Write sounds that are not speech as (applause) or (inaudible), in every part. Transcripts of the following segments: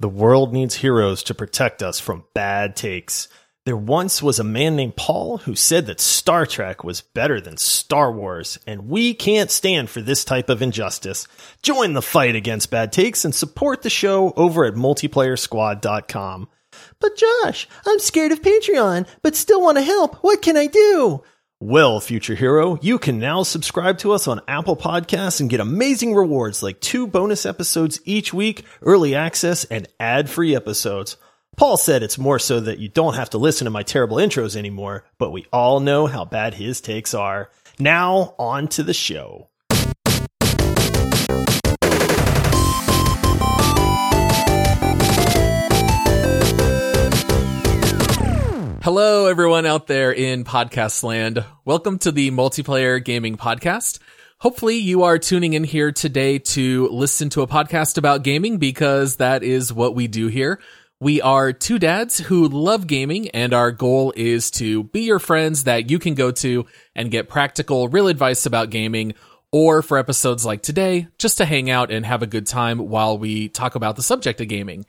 The world needs heroes to protect us from bad takes. There once was a man named Paul who said that Star Trek was better than Star Wars, and we can't stand for this type of injustice. Join the fight against bad takes and support the show over at multiplayersquad.com. But Josh, I'm scared of Patreon, but still want to help. What can I do? Well, future hero, you can now subscribe to us on Apple Podcasts and get amazing rewards like two bonus episodes each week, early access, and ad free episodes. Paul said it's more so that you don't have to listen to my terrible intros anymore, but we all know how bad his takes are. Now, on to the show. Hello, everyone out there in podcast land. Welcome to the Multiplayer Gaming Podcast. Hopefully, you are tuning in here today to listen to a podcast about gaming because that is what we do here. We are two dads who love gaming, and our goal is to be your friends that you can go to and get practical, real advice about gaming, or for episodes like today, just to hang out and have a good time while we talk about the subject of gaming.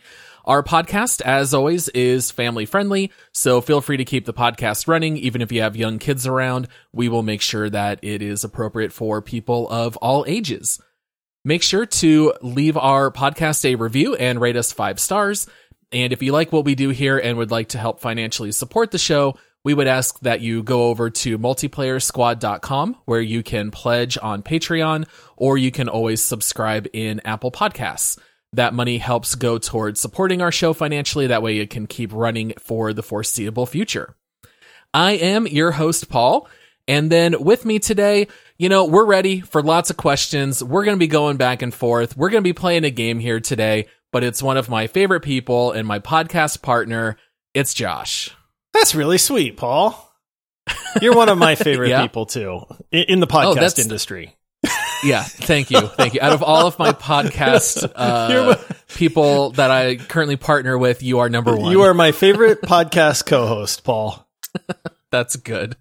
Our podcast, as always, is family friendly, so feel free to keep the podcast running. Even if you have young kids around, we will make sure that it is appropriate for people of all ages. Make sure to leave our podcast a review and rate us five stars. And if you like what we do here and would like to help financially support the show, we would ask that you go over to multiplayersquad.com where you can pledge on Patreon or you can always subscribe in Apple Podcasts. That money helps go towards supporting our show financially. That way it can keep running for the foreseeable future. I am your host, Paul. And then with me today, you know, we're ready for lots of questions. We're going to be going back and forth. We're going to be playing a game here today, but it's one of my favorite people and my podcast partner. It's Josh. That's really sweet, Paul. (laughs) You're one of my favorite Yeah. people, too, i- in the podcast (laughs) that's- industry. Yeah. Thank you. Thank you. Out of all of my podcast (laughs) You're uh, my- people that I currently partner with, you are number (laughs) one. You are my favorite podcast co host, Paul. That's good.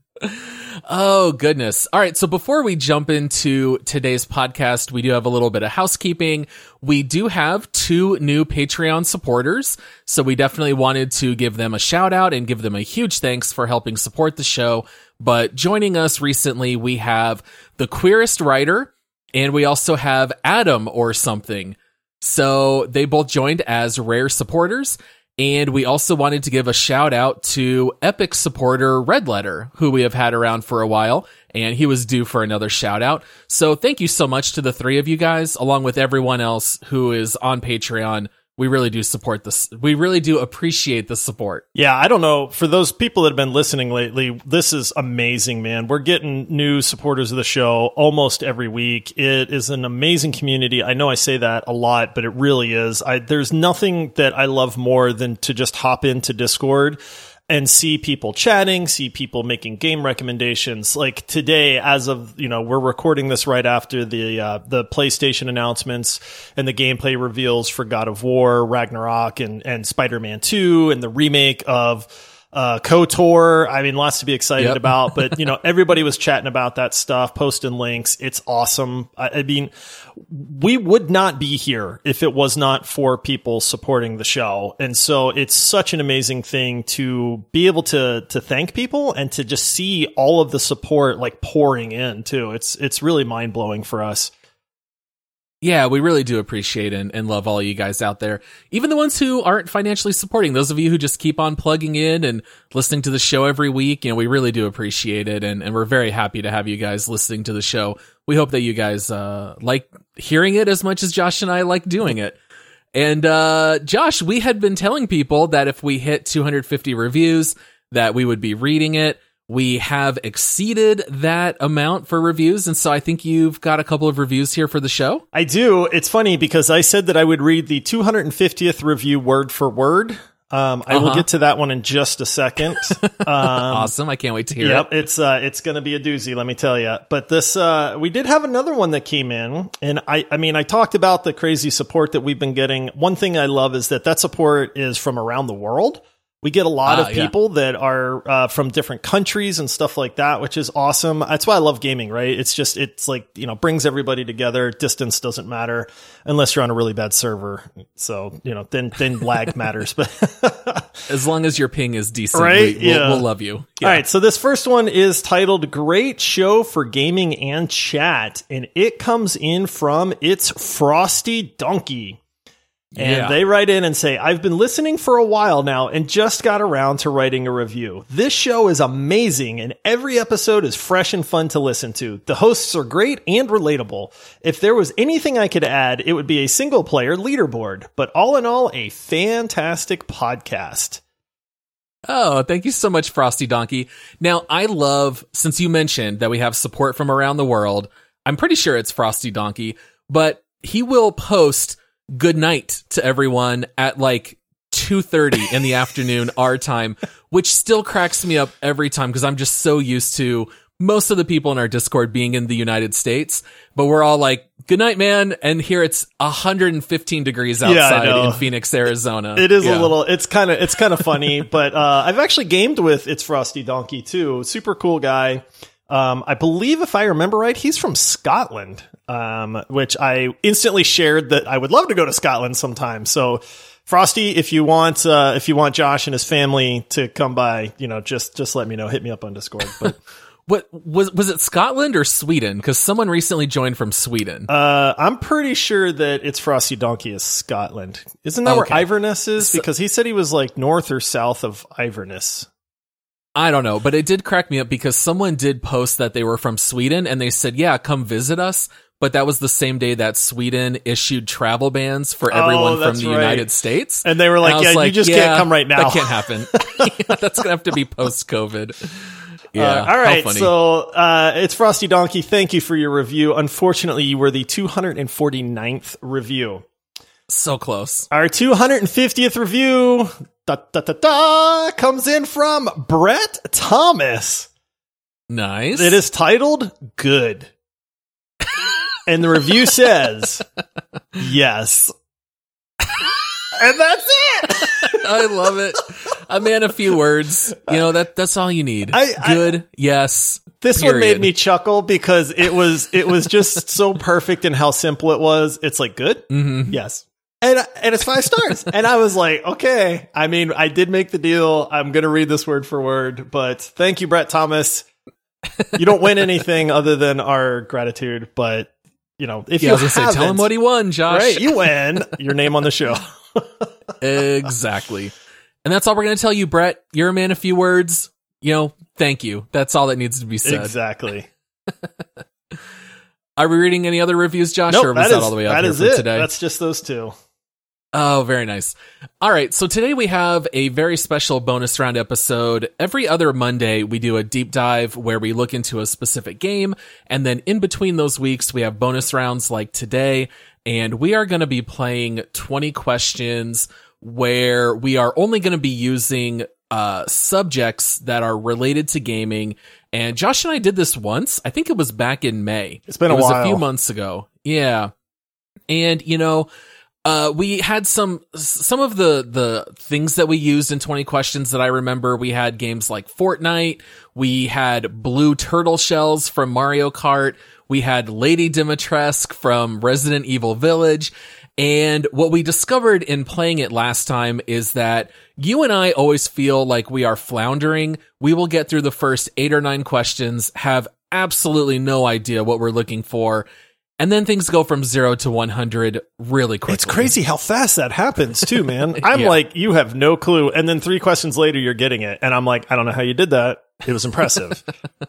Oh, goodness. All right. So before we jump into today's podcast, we do have a little bit of housekeeping. We do have two new Patreon supporters. So we definitely wanted to give them a shout out and give them a huge thanks for helping support the show. But joining us recently, we have the queerest writer and we also have Adam or something. So they both joined as rare supporters. And we also wanted to give a shout out to Epic supporter Red Letter, who we have had around for a while, and he was due for another shout out. So thank you so much to the three of you guys, along with everyone else who is on Patreon. We really do support this. We really do appreciate the support. Yeah, I don't know. For those people that have been listening lately, this is amazing, man. We're getting new supporters of the show almost every week. It is an amazing community. I know I say that a lot, but it really is. I, there's nothing that I love more than to just hop into Discord and see people chatting, see people making game recommendations. Like today, as of you know, we're recording this right after the uh, the PlayStation announcements and the gameplay reveals for God of War, Ragnarok, and and Spider Man Two, and the remake of uh, KOTOR. I mean, lots to be excited Yep. about about, but you know, everybody was chatting about that stuff, posting links. It's awesome. I, I mean, we would not be here if it was not for people supporting the show. And so it's such an amazing thing to be able to to thank people and to just see all of the support like pouring in too. It's it's really mind blowing for us. Yeah, we really do appreciate and, and love all you guys out there. Even the ones who aren't financially supporting, those of you who just keep on plugging in and listening to the show every week, you know, we really do appreciate it. And, and we're very happy to have you guys listening to the show. We hope that you guys, uh, like hearing it as much as Josh and I like doing it. And, uh, Josh, we had been telling people that if we hit 250 reviews, that we would be reading it. We have exceeded that amount for reviews. And so I think you've got a couple of reviews here for the show. I do. It's funny because I said that I would read the 250th review word for word. Um, I will Uh-huh. get to that one in just a second. Um, awesome. I can't wait to hear Yep, it. it's uh, it's going to be a doozy, let me tell you. But this, uh, we did have another one that came in, and I, I mean, I talked about the crazy support that we've been getting. One thing I love is that that support is from around the world, We get a lot Ah, of yeah. people that are uh, from different countries and stuff like that, which is awesome. That's why I love gaming, right? It's just, it's like, you know, brings everybody together. Distance doesn't matter unless you're on a really bad server. So, you know, then, then lag (laughs) matters. But (laughs) As long as your ping is decent, Right? we, will Yeah. we'll love you. Yeah. All right, so this first one is titled Great Show for Gaming and Chat, and it comes in from It's Frosty Donkey. And Yeah. they write in and say, I've been listening for a while now and just got around to writing a review. This show is amazing and every episode is fresh and fun to listen to. The hosts are great and relatable. If there was anything I could add, it would be a single player leaderboard, but all in all, a fantastic podcast. Oh, thank you so much, Frosty Donkey. Now, I love, since you mentioned that we have support from around the world, I'm pretty sure it's Frosty Donkey, but he will post good night to everyone at like 2.30 in the afternoon (laughs) our time, which still cracks me up every time because I'm just so used to most of the people in our Discord being in the United States, but we're all like, good night, man. And here it's 115 degrees I outside know. in Phoenix, Arizona. It is a Yeah. little. It's kind of. It's kind of funny, (laughs) but uh, I've actually gamed with it's Frosty Donkey too. Super cool guy. Um, I believe, if I remember right, he's from Scotland, um, which I instantly shared that I would love to go to Scotland sometime. So, Frosty, if you want, uh, if you want Josh and his family to come by, you know, just just let me know. Hit me up on Discord. (laughs) But What was was it Scotland or Sweden? Because someone recently joined from Sweden. uh, I'm pretty sure that it's Frosty Donkey is Scotland. Isn't that Okay. where Iverness is? Because he said he was like north or south of Iverness. I don't know, but it did crack me up because someone did post that they were from Sweden and they said, "Yeah, come visit us." But that was the same day that Sweden issued travel bans for everyone from Oh, that's the right. United States. And they were like, I was "Yeah, you just can't come right now." Uh, That (laughs) can't happen. (laughs) Yeah, that's gonna have to be post COVID." Yeah. Uh, all right. How funny. So uh, it's Frosty Donkey. Thank you for your review. Unfortunately, you were the 249th review. so close. Our 250th review da, da, da, da, comes in from Brett Thomas. Nice. It is titled Good. and the review (laughs) says, Yes. and that's it. (laughs) I love it. A man, a few words. You know that that's all you need. I- I- Good. yes. This one made Period. me chuckle because it was it was (laughs) just so perfect in how simple it was. It's like good, hmm Yes. And and it's five stars. and I was like, okay. I mean, I did make the deal. I'm gonna read this word for word, but thank you, Brett Thomas. You don't win anything other than our gratitude, but you know, if Yeah, I you was gonna say, tell him haven't, what he won, Josh. right, you win your name on the show. (laughs) exactly. And that's all we're gonna tell you, Brett. You're a man of few words. You know, thank you. That's all that needs to be said. exactly. Are we reading any other reviews, Josh? or Nope, was that that, is all the way up that here is for it. today? That's just those two. Oh, very nice. All right. So today we have a very special bonus round episode. Every other Monday, we do a deep dive where we look into a specific game. And then in between those weeks, we have bonus rounds like today. And we are going to be playing 20 questions where we are only going to be using uh, subjects that are related to gaming. And Josh and I did this once. I think it was back in May. It's been it a was a while. few months ago. Yeah. And you know, uh, we had some some of the the things that we used in 20 questions that I remember. We had games like Fortnite, we had blue turtle shells from Mario Kart, we had Lady Dimitrescu from Resident Evil Village. And what we discovered in playing it last time is that you and I always feel like we are floundering. We will get through the first eight or nine questions, have absolutely no idea what we're looking for, and then things go from zero to 100 really quickly. It's crazy how fast that happens too, (laughs) man. I'm Yeah. like, you have no clue. And then three questions later you're getting it. And I'm like, I don't know how you did that. It was impressive. (laughs)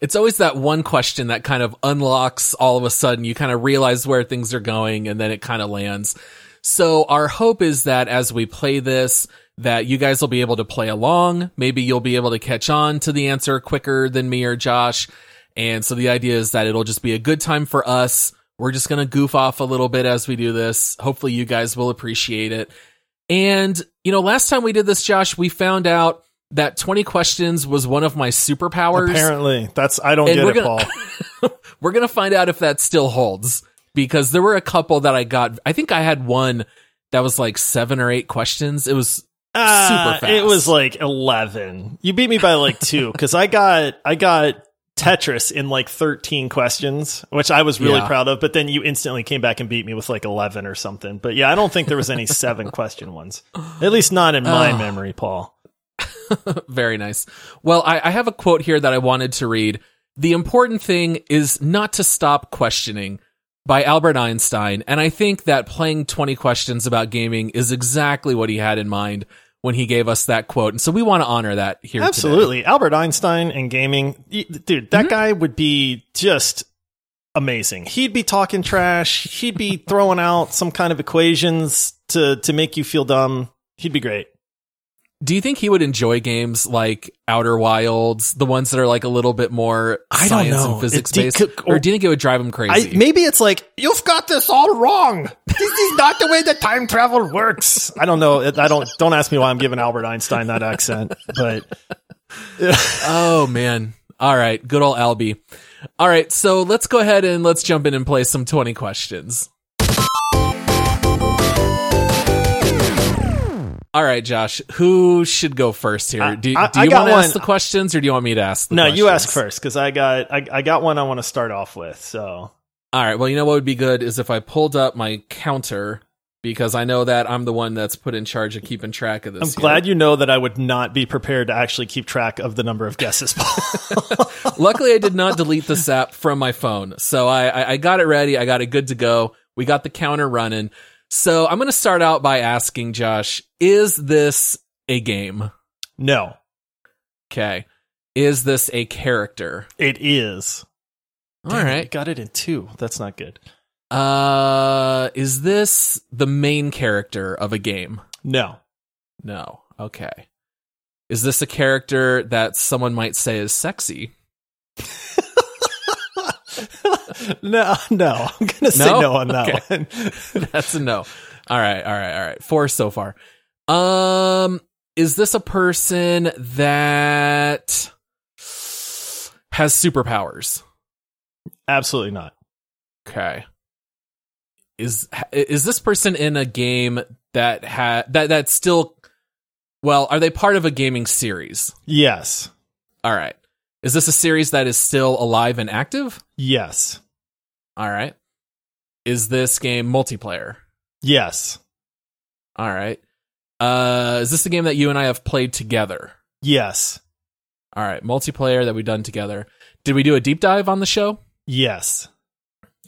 It's always that one question that kind of unlocks all of a sudden. You kind of realize where things are going and then it kind of lands. So our hope is that as we play this, that you guys will be able to play along. Maybe you'll be able to catch on to the answer quicker than me or Josh. And so the idea is that it'll just be a good time for us. We're just going to goof off a little bit as we do this. Hopefully you guys will appreciate it. And, you know, last time we did this, Josh, we found out that 20 questions was one of my superpowers. Apparently, that's I don't And get we're it, (laughs) gonna- Paul. We're going to find out if that still holds because there were a couple that I got. I think I had one that was (laughs) like seven or eight questions. It was Uh, Super fast. It was like eleven. You beat me by like two because I got I got Tetris in like thirteen questions, which I was really Yeah. proud of. But then you instantly came back and beat me with like eleven or something. But yeah, I don't think there was any seven (laughs) question ones, at least not in my Oh. memory, Paul. Very nice. Well, I, I have a quote here that I wanted to read. The important thing is not to stop questioning by Albert Einstein. And I think that playing 20 questions about gaming is exactly what he had in mind when he gave us that quote. And so we want to honor that here today. Absolutely, Albert Einstein and gaming, y- dude. That guy would be just amazing. He'd be talking trash. He'd be throwing out some kind of equations to to make you feel dumb. He'd be great. Do you think he would enjoy games like Outer Wilds, the ones that are like a little bit more I don't science know. and physics It- do you- based? Or do you think it would drive him I, crazy? maybe it's like you've got this all wrong. This is not the way that time travel works. I don't know. I don't. Don't ask me why I'm giving Albert Einstein that accent. But Oh man. All right. Good old Albie. All right. So let's go ahead and let's jump in and play some 20 questions. All right, Josh, who should go first here? Do, I- do I you got want to one. ask the questions or do you want me to ask the no, you questions? ask first because I got I, I got one I want to start off with. So All right. Well, you know what would be good is if I pulled up my counter because I know that I'm the one that's put in charge of keeping track of this. I'm glad you know that I would not be prepared to actually keep track of the number of guesses. (laughs) (laughs) Luckily, I did not delete this app from my phone, so I, I, I got it ready. I got it good to go. We got the counter running. So I'm going to start out by asking Josh: Is this a game? no, Okay. Is this a character? it is. All Damn it, right. got it in two. That's not good. Uh, is this the main character of a game? No, (laughs) No. Okay. Is this a character that someone might say is sexy? (laughs) no, no. I'm gonna say No? no on that Okay. one. (laughs) That's a no. All right, all right, all right. Four so far. Um, is this a person that has superpowers? Absolutely not. Okay. Is is this person in a game that ha that that's still? Well, are they part of a gaming series? Yes. All right. Is this a series that is still alive and active? Yes. All right. Is this game multiplayer? Yes. All right. Uh, is this the game that you and I have played together? Yes. All right, multiplayer that we've done together. Did we do a deep dive on the show? Yes.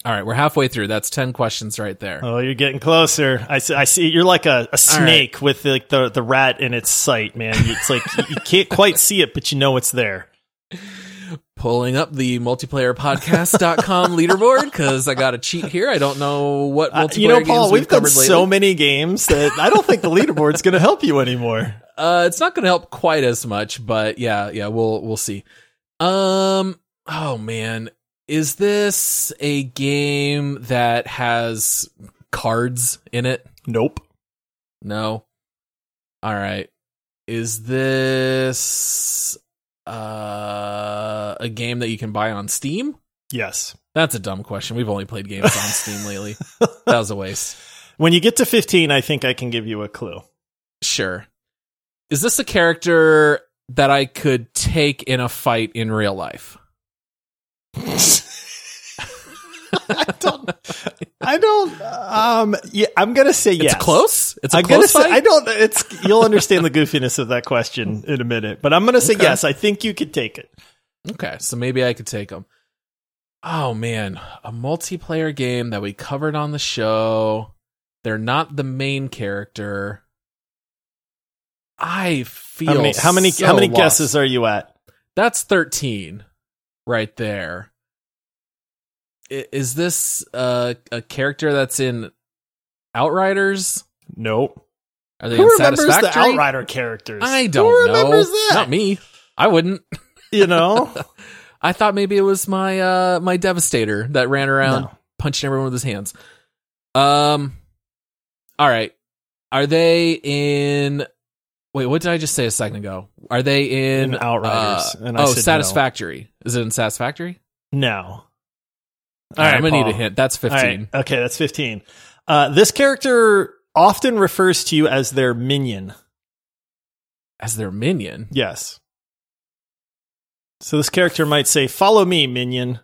All right, we're halfway through. That's 10 questions right there. Oh, you're getting closer. I see. I see you're like a, a snake with like the, the rat in its sight, man. It's like you, you can't quite see it, but you know it's there. Pulling up the multiplayerpodcast.com leaderboard because I got a cheat here. I don't know what Uh, multiplayer you know, games Paul, we've, we've done covered lately. so many games that I don't think the leaderboard's going to help you anymore. uh, it's not going to help quite as much, but yeah, yeah, we'll we'll see. Um, oh man, is this a game that has cards in it? (laughs) Nope. No. All right. Is this uh, a game that you can buy on Steam? Yes. That's a dumb question. We've only played games on Steam lately. That was a waste. When you get to 15, I think I can give you a clue. Sure. Is this a character that I could take in a fight in real life? (laughs) I don't. I don't. Um. Yeah. I'm gonna say yes. It's close. It's a I'm gonna close say fight. I don't. It's you'll understand the goofiness of that question in a minute, but I'm gonna say Okay. yes. I think you could take it. Okay, so maybe I could take them. Oh man, a multiplayer game that we covered on the show. They're not the main character. I feel How many? How many, so how many lost. guesses are you at? That's thirteen, right there. I- Is this uh, a character that's in Outriders? Nope. Are they Who in remembers the Satisfactory? Outrider characters? I don't Who know. remembers that? Not me. I wouldn't. You know. I thought maybe it was my uh my devastator that ran around No. punching everyone with his hands. Um all right. Are they in Wait, what did I just say a second ago? Are they in, In Outriders, uh, and I oh, said no. Satisfactory. Is it in Satisfactory? No. All right, I'm gonna need a Paul. hint. That's All right. fifteen. Okay, that's 15. Uh, this character often refers to you as their minion. as their minion. Yes. So this character might say, "Follow me, minion."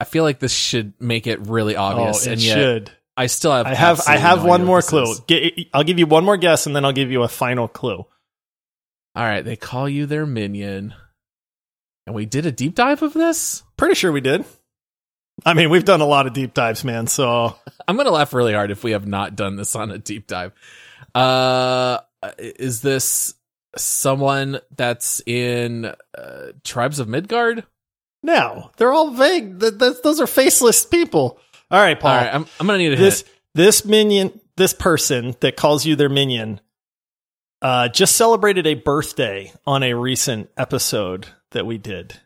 I feel like this should make it really obvious, oh, it and yet should. I still have. I have I absolutely have no one idea more what this clue. is. Get, I'll give you one more guess, and then I'll give you a final clue. All right, they call you their minion, and we did a deep dive of this. Pretty sure we did. I mean, we've done a lot of deep dives, man. So I'm gonna laugh really hard if we have not done this on a deep dive. Uh, is this someone that's in uh, Tribes of Midgard? now they're all vague. Th- th- those are faceless people. All right, Paul. All right, I'm, I'm gonna need a this hint. this minion, this person that calls you their minion, uh, just celebrated a birthday on a recent episode that we did.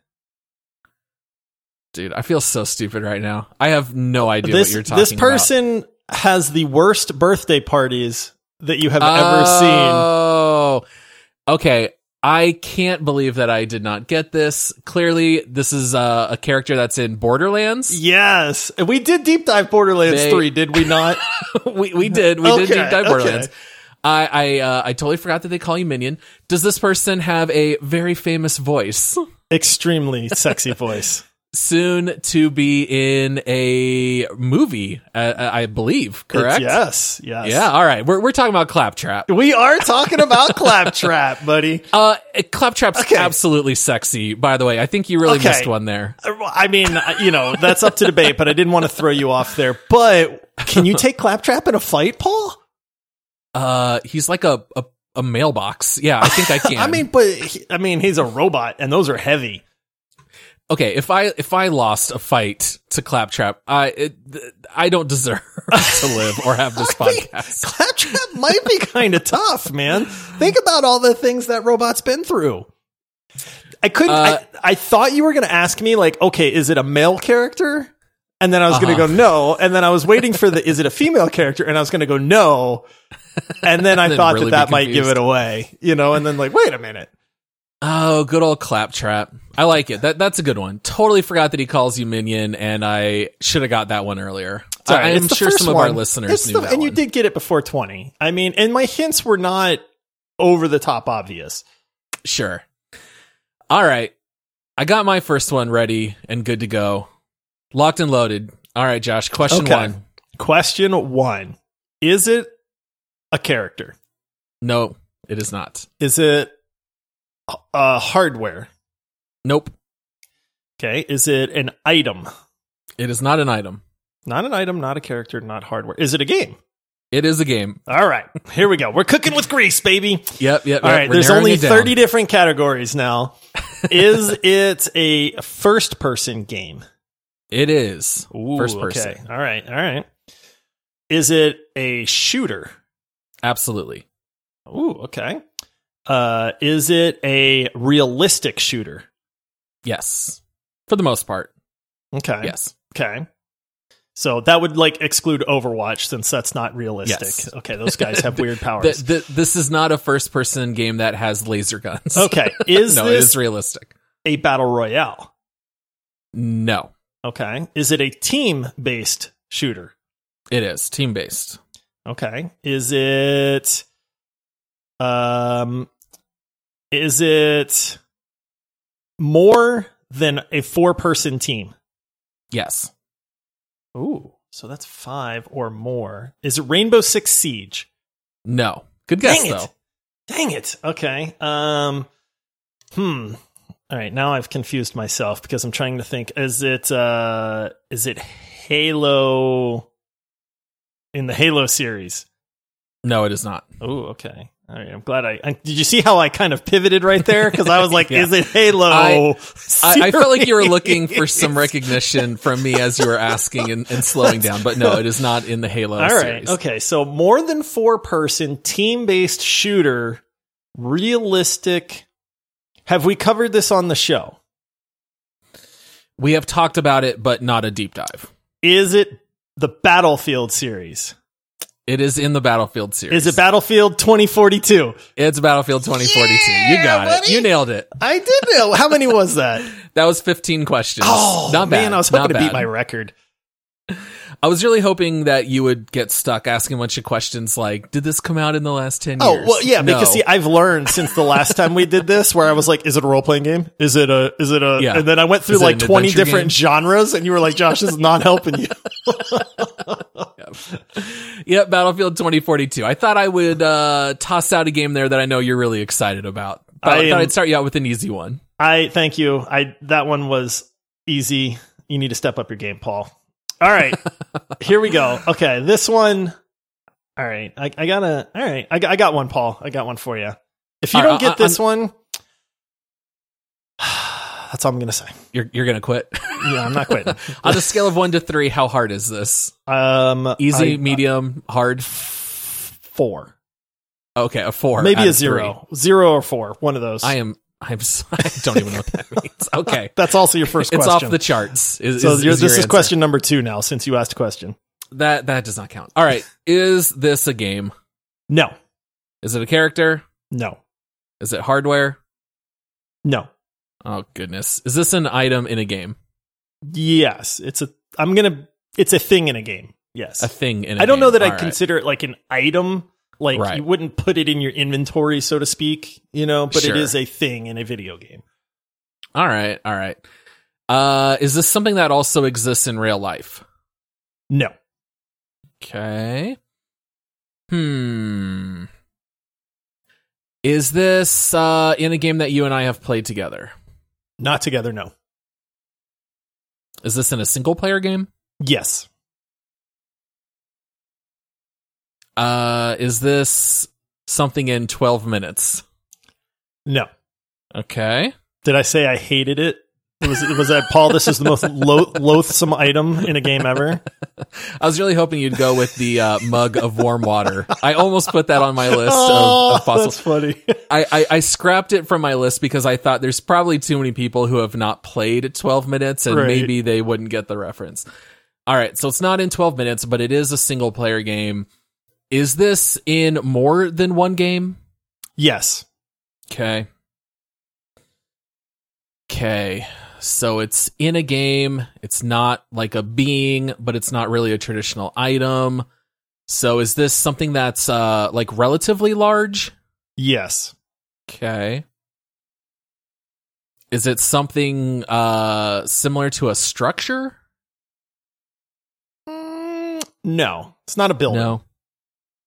dude. I feel so stupid right now. I have no idea this what you're talking this person has the worst birthday parties that you have about. ever seen. Oh, okay. I can't believe that I did not get this. Clearly, this is uh, a character that's in Borderlands. Yes. And we did deep dive Borderlands They- 3, (laughs) did we not? we we did we did Okay, deep dive okay. Borderlands. I I uh, I totally forgot that they call you minion. Does this person have a very famous voice? Extremely sexy voice. Soon to be in a movie, uh, I believe. Correct. It's- yes. Yes. Yeah. All right. We're we're talking about Claptrap. We are talking about Claptrap, buddy. Uh, Claptrap's Okay. absolutely sexy. By the way, I think you really Okay. missed one there. I mean, I- you know, that's up to debate, but I didn't want to throw you off there. But can you take Claptrap in a fight, Paul? Uh, he's like a a, a mailbox. Yeah, (laughs) I think I can. I mean, but he- I mean, he's a robot and those are heavy. okay, if I if I lost a fight to Claptrap, I it, th- I don't (laughs) deserve to live or (laughs) have this podcast. Claptrap might be kind of tough, man. Think about all the things that robot's been through. I couldn't. Uh, I, I thought you were going to ask me like, okay, is it a male character? And then I was Uh-huh. going to go no. And then I was waiting for the is it a female character? And I was going to go no. And then I Then thought really that that be might give confused. it away, you know. And then like, wait a minute. Oh, good old Claptrap. I like it. That that's a good one. Totally forgot that he calls you minion, and I should have got that one earlier. It's all right. I, It's am the sure first some of our one. listeners It's knew the- that. and you one. did get it before twenty. I mean, and my hints were not over the top obvious. Sure. All right. I got my first one ready and good to go. Locked and loaded. All right, Josh. Question Okay. one. Question one: Is it a character? No, it is not. Is it uh, hardware? Nope. Okay. Is it an item? It is not an item. Not an item, not a character, not hardware. Is it a game? It is a game. All right. Here we go. We're cooking with grease, baby. All Yep, yep. yep. right. We're There's narrowing only it down. 30 different categories now. (laughs) Is it a first person game? It is Ooh, first person. Okay. All right. All right. Is it a shooter? Absolutely. Ooh, okay. Uh, is it a realistic shooter? Yes. For the most part. Okay. Yes. Okay. So that would like exclude Overwatch since that's not realistic. Yes. Okay, those guys (laughs) have weird Th- powers. th- this is not a first person game that has laser guns. okay, is (laughs) no, it this is realistic. a battle royale? No, Okay. Is it a team-based shooter? it is team based. Okay. Is it um is it more than a four-person team? Yes. Ooh, so that's 5 or more. Is it Rainbow Six Siege? No. Good guess, Dang it. though. Dang it. Okay. Um hmm. All right, now I've confused myself because I'm trying to think is it uh is it Halo in the Halo series? No, it is not. (laughs) Oh, okay. All right, I'm glad I, I did you see how I kind of pivoted right there cuz (laughs) I was like Yeah. is it Halo? I- I, I felt like you were looking for series? some recognition from me as you were asking and, and slowing down, but no, it is not in the Halo All right. series. Okay. So more than four person team based shooter, realistic. Have we covered this on the show? We have talked about it, but not a deep dive. Is it the Battlefield series? It is in the Battlefield series. Is it Battlefield 2042? It's Battlefield 2042. Yeah, you got buddy. it. You nailed it. I did know. How many was that? That was 15 questions. (laughs) Oh, not bad. man. I was not hoping to beat bad. my record. I was really hoping that you would get stuck asking a bunch of questions like, did this come out in the last 10 Oh years? well, yeah. No. Because see, I've learned since the last time we did this, where I was like, "Is it a role playing game? Is it a? Is it a?" Yeah. And then I went through Is it like an twenty adventure different genres, and you were like, "Josh, this is not helping you." Yep, Battlefield 2042. I thought I would uh, toss out a game there that I know you're really excited about. But I, I thought am- I'd start you out with an easy one. I thank you. I that one was easy. You need to step up your game, Paul. All (laughs) right, here we go. Okay, this one. All right, I, I gotta. All right, I, got- I got one, Paul. I got one for you. If you All don't right, I- get this one, (sighs) that's all I'm gonna say. You're, you're going to quit. (laughs) Yeah, I'm not quitting. On a scale of one to three, how hard is this? Um, Easy, I- medium, hard? four. Okay, a four. out maybe a of zero, zero or four, one of those. three. I am. I'm. s- (laughs) I don't even know what that (laughs) means. Okay, That's also your first it's question. off the charts. Is, so is- you're- is your this is answer. question number two now, since you asked a question. that that does not count. All right, is this a game? No, Is it a character? no, Is it hardware? no. Oh goodness, is this an item in a game? Yes, it's a. I'm gonna. It's a thing in a game. Yes, A thing in? I I don't know that I All right. consider it like an item. Like Right. you wouldn't put it in your inventory, so to speak. You know, but Sure. it is a thing in a video game. All right, all right. Uh, is this something that also exists in real life? No, Okay. Hmm. Is this uh, in a game that you and I have played together? not together. No. Is this in a single player game? Yes. Uh, is this something in 12 minutes? No. Okay. Did I say I hated it? Was was that Paul? This is the most lo- loathsome item in a game (laughs) ever. I was really hoping you'd go with the uh, mug of warm water. I almost put that on my list Oh, of, of possible. That's funny. I, I, I scrapped it from my list because I thought there's probably too many people who have not played 12 minutes and Right. maybe they wouldn't get the reference. All right. So it's not in 12 minutes, but it is a single player game. Is this in more than one game? yes. Okay. Okay. So it's in a game. It's not like a being, but it's not really a traditional item. So is this something that's uh like relatively large? Yes. Okay. Is it something uh similar to a structure? Mm, no. It's not a building. No.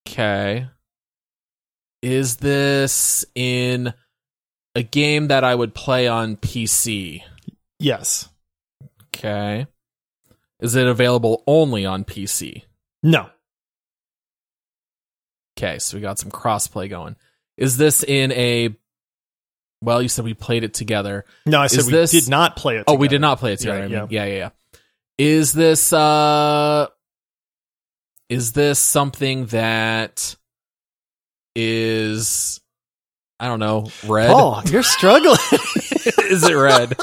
Okay. Is this in a game that I would play on PC? Yes. Okay. Is it available only on PC? No. Okay, so we got some crossplay going. Is this in a well, you said we played it together. No, I said Is we this- did not play it. Oh, we together. did not play it together. Right, I mean, yeah. yeah, yeah, Is this uh is this something that is I don't know, red? Paul, you're struggling. (laughs) Is (laughs) it red?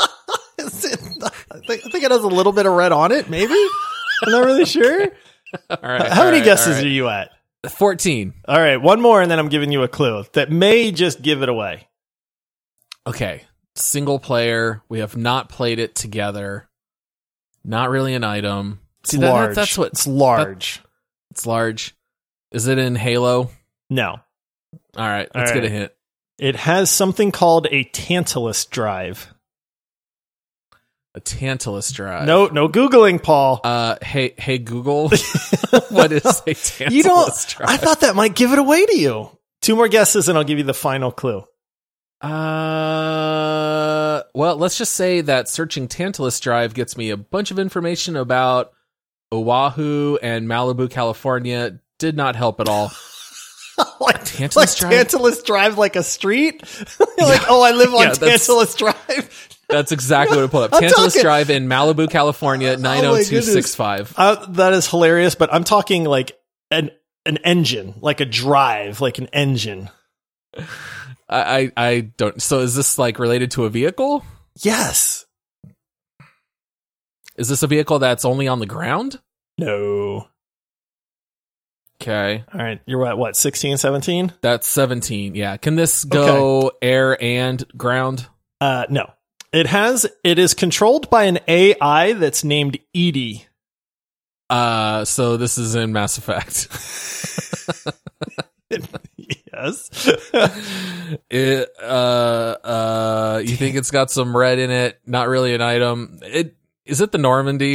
Is it not- I, think, I think it has a little bit of red on it, maybe. I'm not really sure. (laughs) All right. How all many right, guesses all right. are you at? 14. All right, one more, and then I'm giving you a clue that may just give it away. Okay. Single player. We have not played it together. Not really an item. It's See, that- that- large. that's what it's large. it's large. Is it in Halo? no, All right, All let's get a right. hint. it has something called a tantalus drive. A Tantalus drive. No, no googling, Paul. Uh, hey, (laughs) hey Google, (laughs) Uh, what is a Tantalus you don't. (laughs) drive? I thought that might give it away to you. Two more guesses, and I'll give you the final (laughs) clue. uh, well, let's just say that searching Tantalus drive gets me a bunch of information about Oahu and Malibu, California. Did not help (laughs) at all. like Tantalus like Drive? Tantalus Drive, like a street. (laughs) like, oh, I live on Yeah, that's- Tantalus Drive. That's exactly what it pulled up. (laughs) I'm Tantalus talking- Oh drive in Malibu, California, nine zero two six five. Uh, that is hilarious, but I'm talking like an an engine, like a drive, like an engine. I, I I don't. So is this like related to a vehicle? Yes. Is this a vehicle that's only on the ground? No. Okay. All right, you're at what, 16, 17? That's 17. Yeah. Can this go air and ground? Uh, no. It has. It is controlled by an AI that's named Edie. Uh, so this is in Mass Effect. (laughs) (laughs) yes. It, uh, uh, you think it's got some red in it? Not really an item. It is it the Normandy?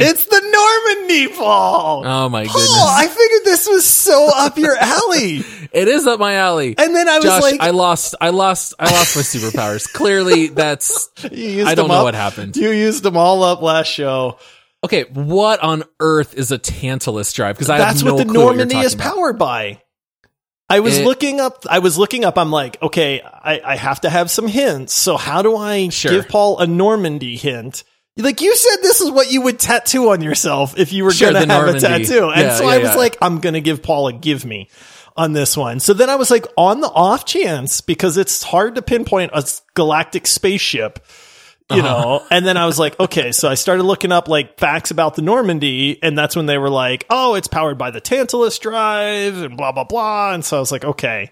(laughs) it's the Normandy Paul. oh my Paul, goodness! I figured this was so up your alley. it is up my alley. And then I was Josh, like, I lost, I lost, I lost (laughs) my superpowers. Clearly, that's you used I don't them know up. what (laughs) happened. You used them all up last show. Okay, what on earth is a Tantalus drive? Because I That's have no what the clue what you're Normandy talking is about. powered by. I was It- looking up. I was looking up. I'm like, okay, I, I have to have some hints. So how do I Sure. give Paul a Normandy hint? Like you said, this is what you would tattoo on yourself if you were Sure, going the to have a Normandy. tattoo. And Yeah, so yeah, I was yeah. like, I'm going to give Paul a give me on this one. So then I was like, on the off chance, because it's hard to pinpoint a s- galactic spaceship you Uh-huh. know and then i was like okay so i started looking up like facts about the normandy and that's when they were like oh it's powered by the tantalus drive and blah blah blah and so i was like okay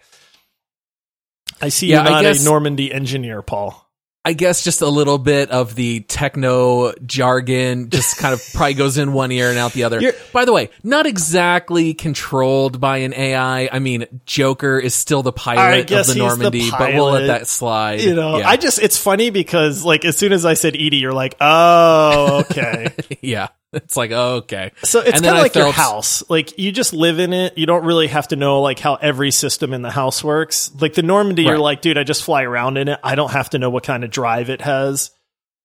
i see Yeah, I you're not guess- a normandy engineer paul I guess just a little bit of the techno jargon just kind (laughs) of probably goes in one ear and out the other. You're- by the way, not exactly controlled by an AI. I mean, Joker is still the I pilot of guess the he's the Normandy, but we'll let pilot. that slide. you know yeah. i just it's funny because like as soon as i said edie you're like oh okay (laughs) (laughs) yeah. It's like, oh, okay. so it's And then kind I of like your felt- house like you just live in it you don't really have to know like how every system in the house works like the normandy you're Right. like dude i just fly around in it i don't have to know what kind of drive it has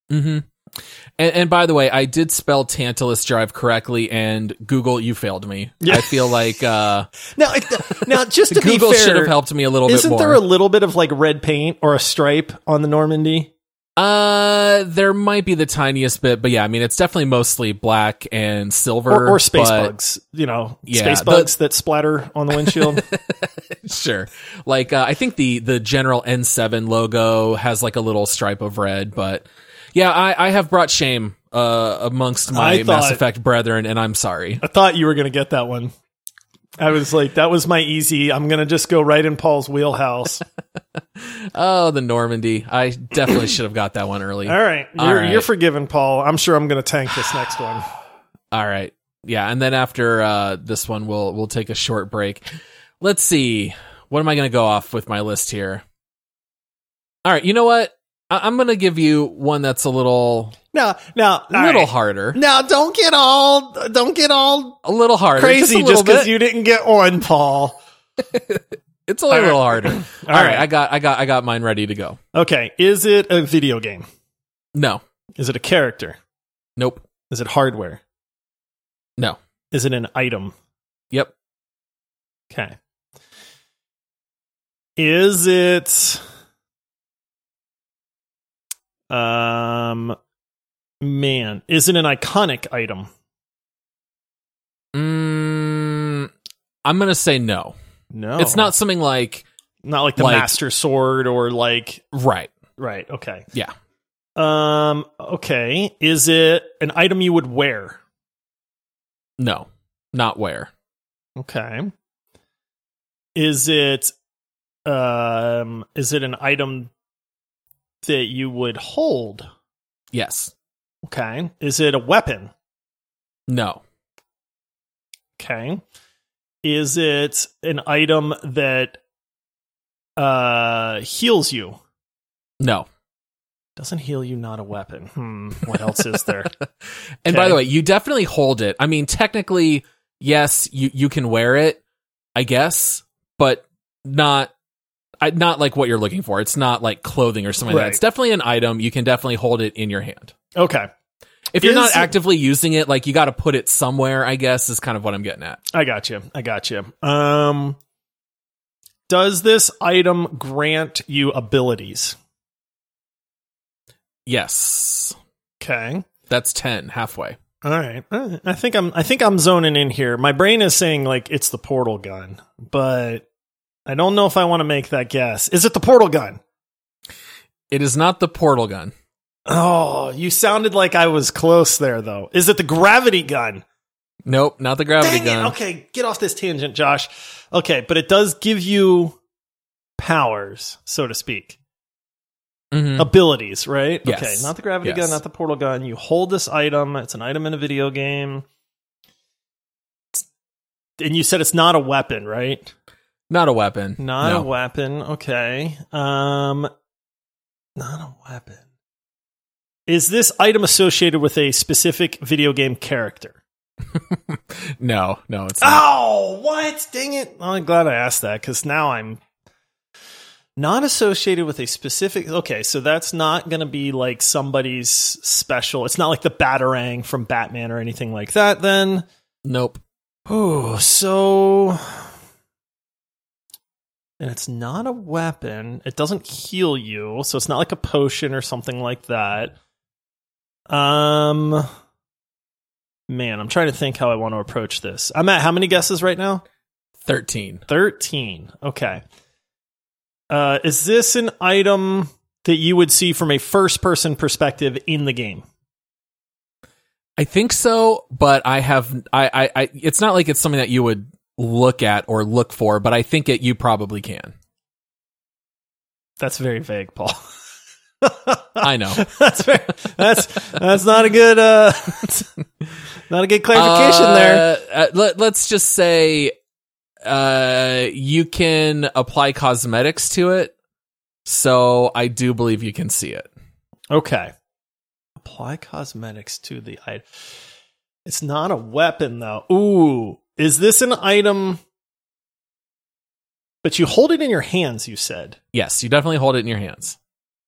Mm-hmm. And, and by the way, I did spell Tantalus Drive correctly, and Google, you failed me. Yeah. I feel like uh, Now, it- (laughs) now, just (laughs) to Google be fair, should have helped me a little bit isn't more. there a little bit of like red paint or a stripe on the Normandy? Uh, there might be the tiniest bit, but yeah, I mean, it's definitely mostly black and silver Or, or space but- bugs, you know, Yeah, space the- bugs that splatter on the windshield. (laughs) Sure, like uh, I think the the general N7 logo has like a little stripe of red, but yeah, I I have brought shame uh amongst my I thought- Mass Effect brethren, and I'm sorry. I thought you were going to get that one. I was like, that was my easy. I'm going to just go right in Paul's (laughs) wheelhouse. Oh, the Normandy! I definitely should have got that one early. All right. You're, All right. you're forgiven, Paul. I'm sure I'm going to tank this next (sighs) one. All right. Yeah, and then after uh, this one, we'll we'll take a short break. Let's see. What am I going to go off with my list here? All right. You know what? I- I'm going to give you one that's a little Now, now, all little right. harder. Now, don't get all, don't get all A little harder. crazy just just because because you didn't get one, Paul. It's a little, All right. harder. All right. I got I got I got mine ready to go. okay. Is it a video game? No. Is it a character? Nope. Is it hardware? No. Is it an item? Yep. Okay. Is it um man, is it an iconic item? Mm, I'm going to say no. No. It's not something like not like the like- master sword or like right. right, okay. Yeah. Um okay, is it an item you would wear? No. Not where. Okay. Is it um is it an item that you would hold? Yes. Okay. Is it a weapon? No. Okay. Is it an item that uh heals you? No. Doesn't heal you not a weapon. Hmm, what else is there? And by Okay. the way, you definitely hold it. I mean, technically, yes, you you can wear it, I guess, but not I, not like what you're looking for. It's not like clothing or something like that. Right. It's definitely an item. You can definitely hold it in your hand. Okay. If you're Is not it- actively using it, like you got to put it somewhere, I guess, is kind of what I'm getting at. I got you. I got you. Um does this item grant you abilities? Yes. Okay. That's 10, halfway. All right. Uh, I think I'm I think I'm zoning in here. My brain is saying like it's the portal gun, but I don't know if I want to make that guess. Is it the portal gun? It is not the portal gun. Oh, you sounded like I was close there though. Is it the gravity gun? Nope, not the gravity Dang gun. it. Okay, get off this tangent, Josh. Okay, but it does give you powers, so to speak. Mhm. Abilities, right? Yes. Okay, not the gravity Yes. gun, not the portal gun. You hold this item. It's an item in a video game. And you said it's not a weapon, right? Not a weapon. Not No. a weapon. Okay. Um not a weapon. Is this item associated with a specific video game character? No, no, it's not. Oh, what? Dang it. Well, I'm glad I asked that cuz now I'm not associated with a specific Okay, so that's not going to be like somebody's special. It's not like the Batarang from Batman or anything like that then. Nope. Oh, so. And it's not a weapon. It doesn't heal you, so it's not like a potion or something like that. Um. Man, I'm trying to think how I want to approach this. I'm at how many guesses right now? 13. 13. Okay. Uh, is this an item that you would see from a first person perspective in the game? I think so, but I have I, I I it's not like it's something that you would look at or look for, but I think it you probably can. That's very vague, Paul. (laughs) I know. that's fair. That's that's not a good uh, (laughs) not a good (laughs) clarification Uh, there. uh, let, let's just say uh you can apply cosmetics to it. So I do believe you can see it. Okay. Apply cosmetics to the item. It's not a weapon though. Ooh, is this an item? But you hold it in your hands. You said, Yes, you definitely hold it in your hands.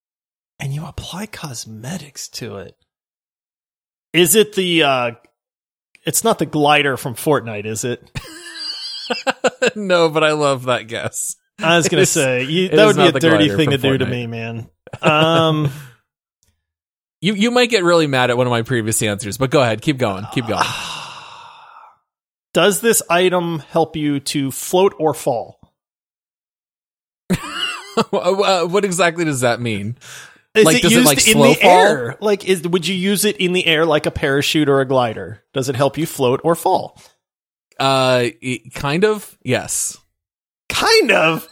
(laughs) and you apply cosmetics to it. Is it the? uh It's not the glider from Fortnite, is it? no, but I love that guess. I was gonna (laughs) It is- say you, it that is would be not a the dirty glider thing to from do to Fortnite. me, (laughs) man. Um, You you might get really mad at one of my previous answers, but go ahead, keep going, keep going. (sighs) (laughs) does this item help you to float or fall? Uh, what exactly does that mean? Is Like, it does it, used like, in slow the air? Like, is would you use it in the air like a parachute or a glider? Does it help you float or fall? Uh, it- kind of. Yes. Kind of.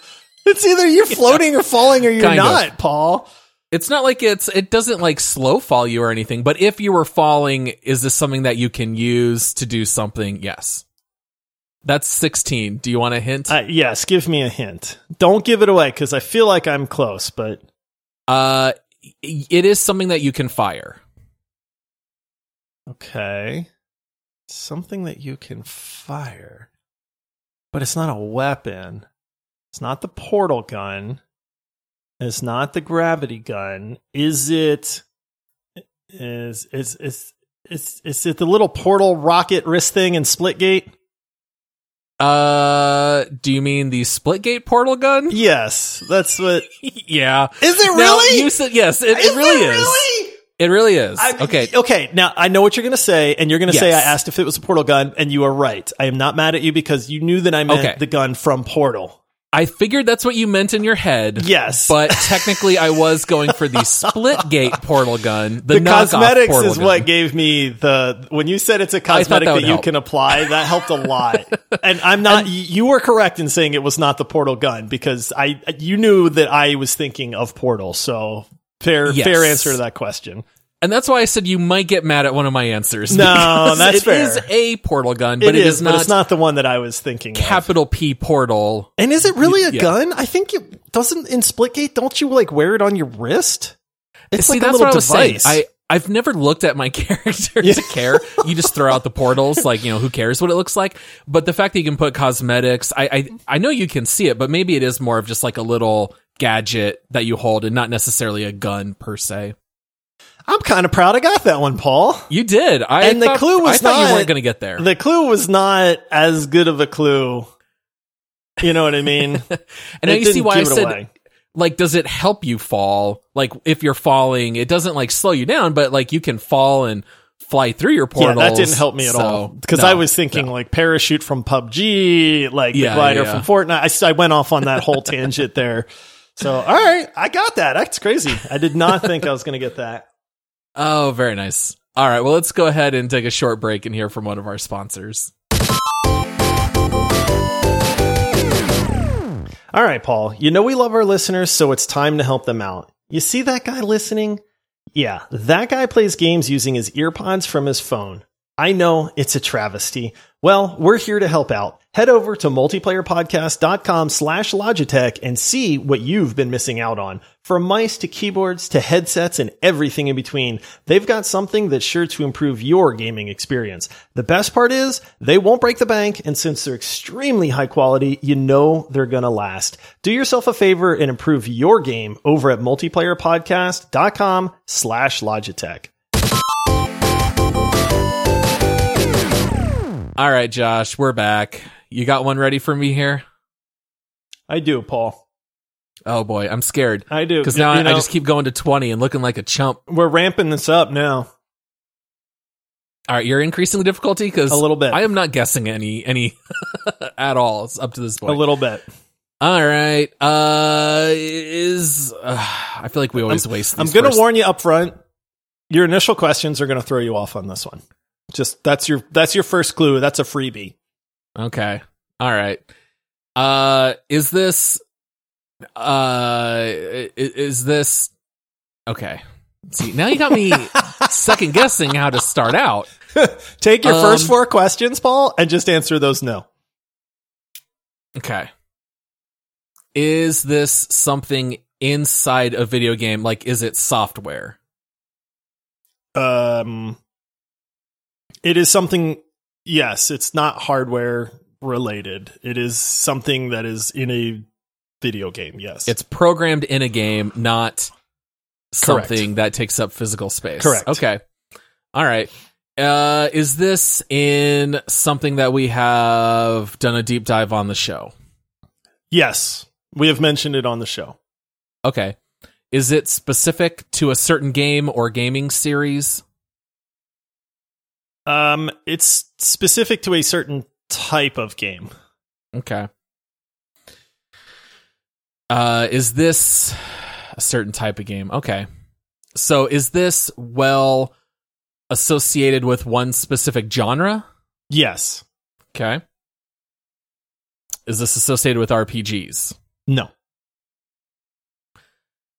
It's either you're floating or falling, or you're Kind of. not, Paul. It's not like it's it doesn't like slow fall you or anything, but if you were falling, is this something that you can use to do something? Yes. That's 16. Do you want a hint? Uh, yes, give me a hint. Don't give it away because I feel like I'm close, but Uh y- it is something that you can fire. Okay. Something that you can fire. But it's not a weapon. It's not the portal gun. It's not the gravity gun. Is it is is is is, is it the little portal rocket wrist thing in Splitgate? Uh do you mean the split gate portal gun? Yes, that's (laughs) what. yeah. Is it Now, really? you said yes, it, it really is. really? It really is. I'm- okay. Okay. Now I know what you're going to say, and you're going to say I Yes. asked if it was a portal gun, and you are right. I am not mad at you because you knew that I meant Okay. the gun from Portal. I figured that's what you meant in your head. Yes. But technically, I was going (laughs) for the split gate portal gun. The, the knockoff cosmetics portal is gun. what gave me the when you said it's a thought cosmetic that that, would you help. can apply that helped a (laughs) lot and i'm not y you were correct in saying it was not the portal gun because i you knew that i was thinking of portal so fair Yes. fair answer to that question And that's why I said you might get mad at one of my answers. No, because that's it fair. is a portal gun, it but is, not, but it's not the one that i was thinking of. capital P portal. and is it really a Yeah. gun i think it doesn't in splitgate don't you like wear it on your wrist it's See, like a that's little what I was device saying. I I've never looked at my (laughs) character to care. You just throw out the portals, like you know, who cares what it looks like? But the fact that you can put cosmetics, I I, I know you can see it, but maybe it is more of just like a little gadget that you hold and not necessarily a gun per se. i'm kind of proud i got that one paul You did. I And the thought- clue was I thought you not- weren't going to get there. the clue was not as good of a clue. You know what I (laughs) mean? and now It you see didn't why I give it said away. like does it help you fall like if you're falling it doesn't like slow you down but like you can fall and fly through your yeah, portals that didn't help me at So, all because no, I was thinking like parachute from PUBG, like Yeah, the glider yeah. from Fortnite. I, s- I went off on that (laughs) whole tangent there. So all right, I got that. That's crazy. I did not think I was going to get that. oh very nice all right well let's go ahead and take a short break and hear from one of our sponsors All right, Paul. You know we love our listeners, so it's time to help them out. You see that guy listening? Yeah, that guy plays games using his earpods from his phone. I know it's a travesty. Well, we're here to help out. Head over to multiplayerpodcast.com slash Logitech and see what you've been missing out on. From mice to keyboards to headsets and everything in between, they've got something that's sure to improve your gaming experience. The best part is they won't break the bank. And since they're extremely high quality, you know they're going to last. Do yourself a favor and improve your game over at multiplayerpodcast.com slash Logitech. All right, Josh, we're back. You got one ready for me here? I do, Paul. Oh boy, I'm scared. I do. Because now You I, I know, just keep going to 20 and looking like a chump. we're ramping this up now All right, you're increasing the difficulty because a little bit. I am not guessing any any (laughs) at all It's up to this a point. little bit. all right, uh, is uh, I feel like we always waste. I'm these going to first- warn you up front. Your initial questions are going to throw you off on this one. Just that's your that's your first clue. That's a freebie. Okay, all right. Uh, is this uh i- is this okay? See, now you (laughs) got me second guessing how to start out. Take your first Um, four questions, Paul, and just answer those no. Okay. Is this something inside a video game? Like, is it software? Um, it is something. Yes, it's not hardware related. It is something that is in a video game. Yes, It's programmed in a game, not Correct. something that takes up physical space. Correct. Okay. All right. Uh, is this in something that we have done a deep dive on the show? yes. We have mentioned it on the show. Okay. Is it specific to a certain game or gaming series? Um, it's specific to a certain type of game. Okay. Uh, is this a certain type of game? Okay. So is this well associated with one specific genre? Yes. Okay. Is this associated with RPGs? No.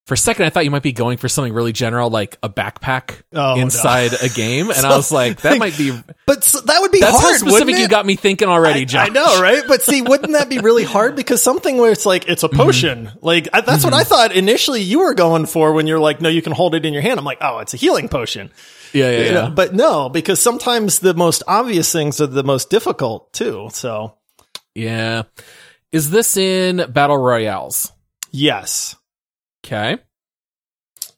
For a second, I thought you might be going for something really general, like a backpack Oh, no. inside a game, (laughs) and I was like, that might be. But so that would be That's how hard, wouldn't specific it? you got me thinking already, I, Josh. I know, right? But see, wouldn't that be really hard? Because something where it's like it's a potion, like I, that's what I thought initially you were going for when you're like, no, you can hold it in your hand. I'm like, oh, it's a healing potion, Yeah, yeah, You know, yeah. but no, because sometimes the most obvious things are the most difficult too. So Yeah. Is this in battle royales? yes, Okay.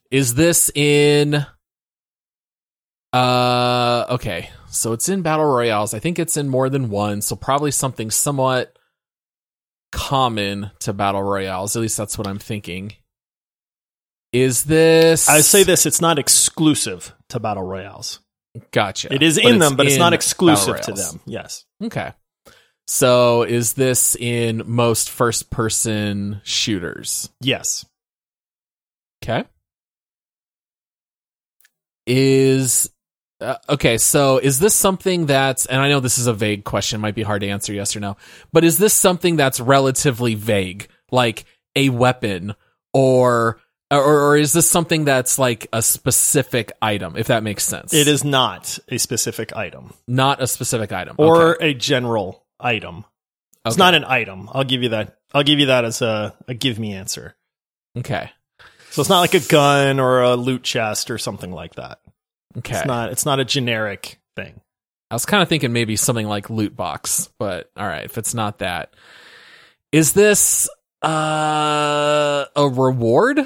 Is this in uh okay. So it's in battle royales. I think it's in more than one, so probably something somewhat common to battle royales. At least that's what I'm thinking. Is this I say this: it's not exclusive to battle royales. gotcha. it is in them, but it's not exclusive to them. Yes, Okay. So is this in most first person shooters? yes, Okay. Is uh, okay, so is this something that's and I know this is a vague question, might be hard to answer yes or no, but is this something that's relatively vague, like a weapon or or, or is this something that's like a specific item, if that makes sense? it is not a specific item not a specific item. or Okay. a general item. It's Okay. not an item. I'll give you that. I'll give you that as a, a give me answer. okay. So it's not like a gun or a loot chest or something like that. Okay. It's not. It's not a generic thing. I was kind of thinking maybe something like loot box, but all right, if it's not that. Is this uh a reward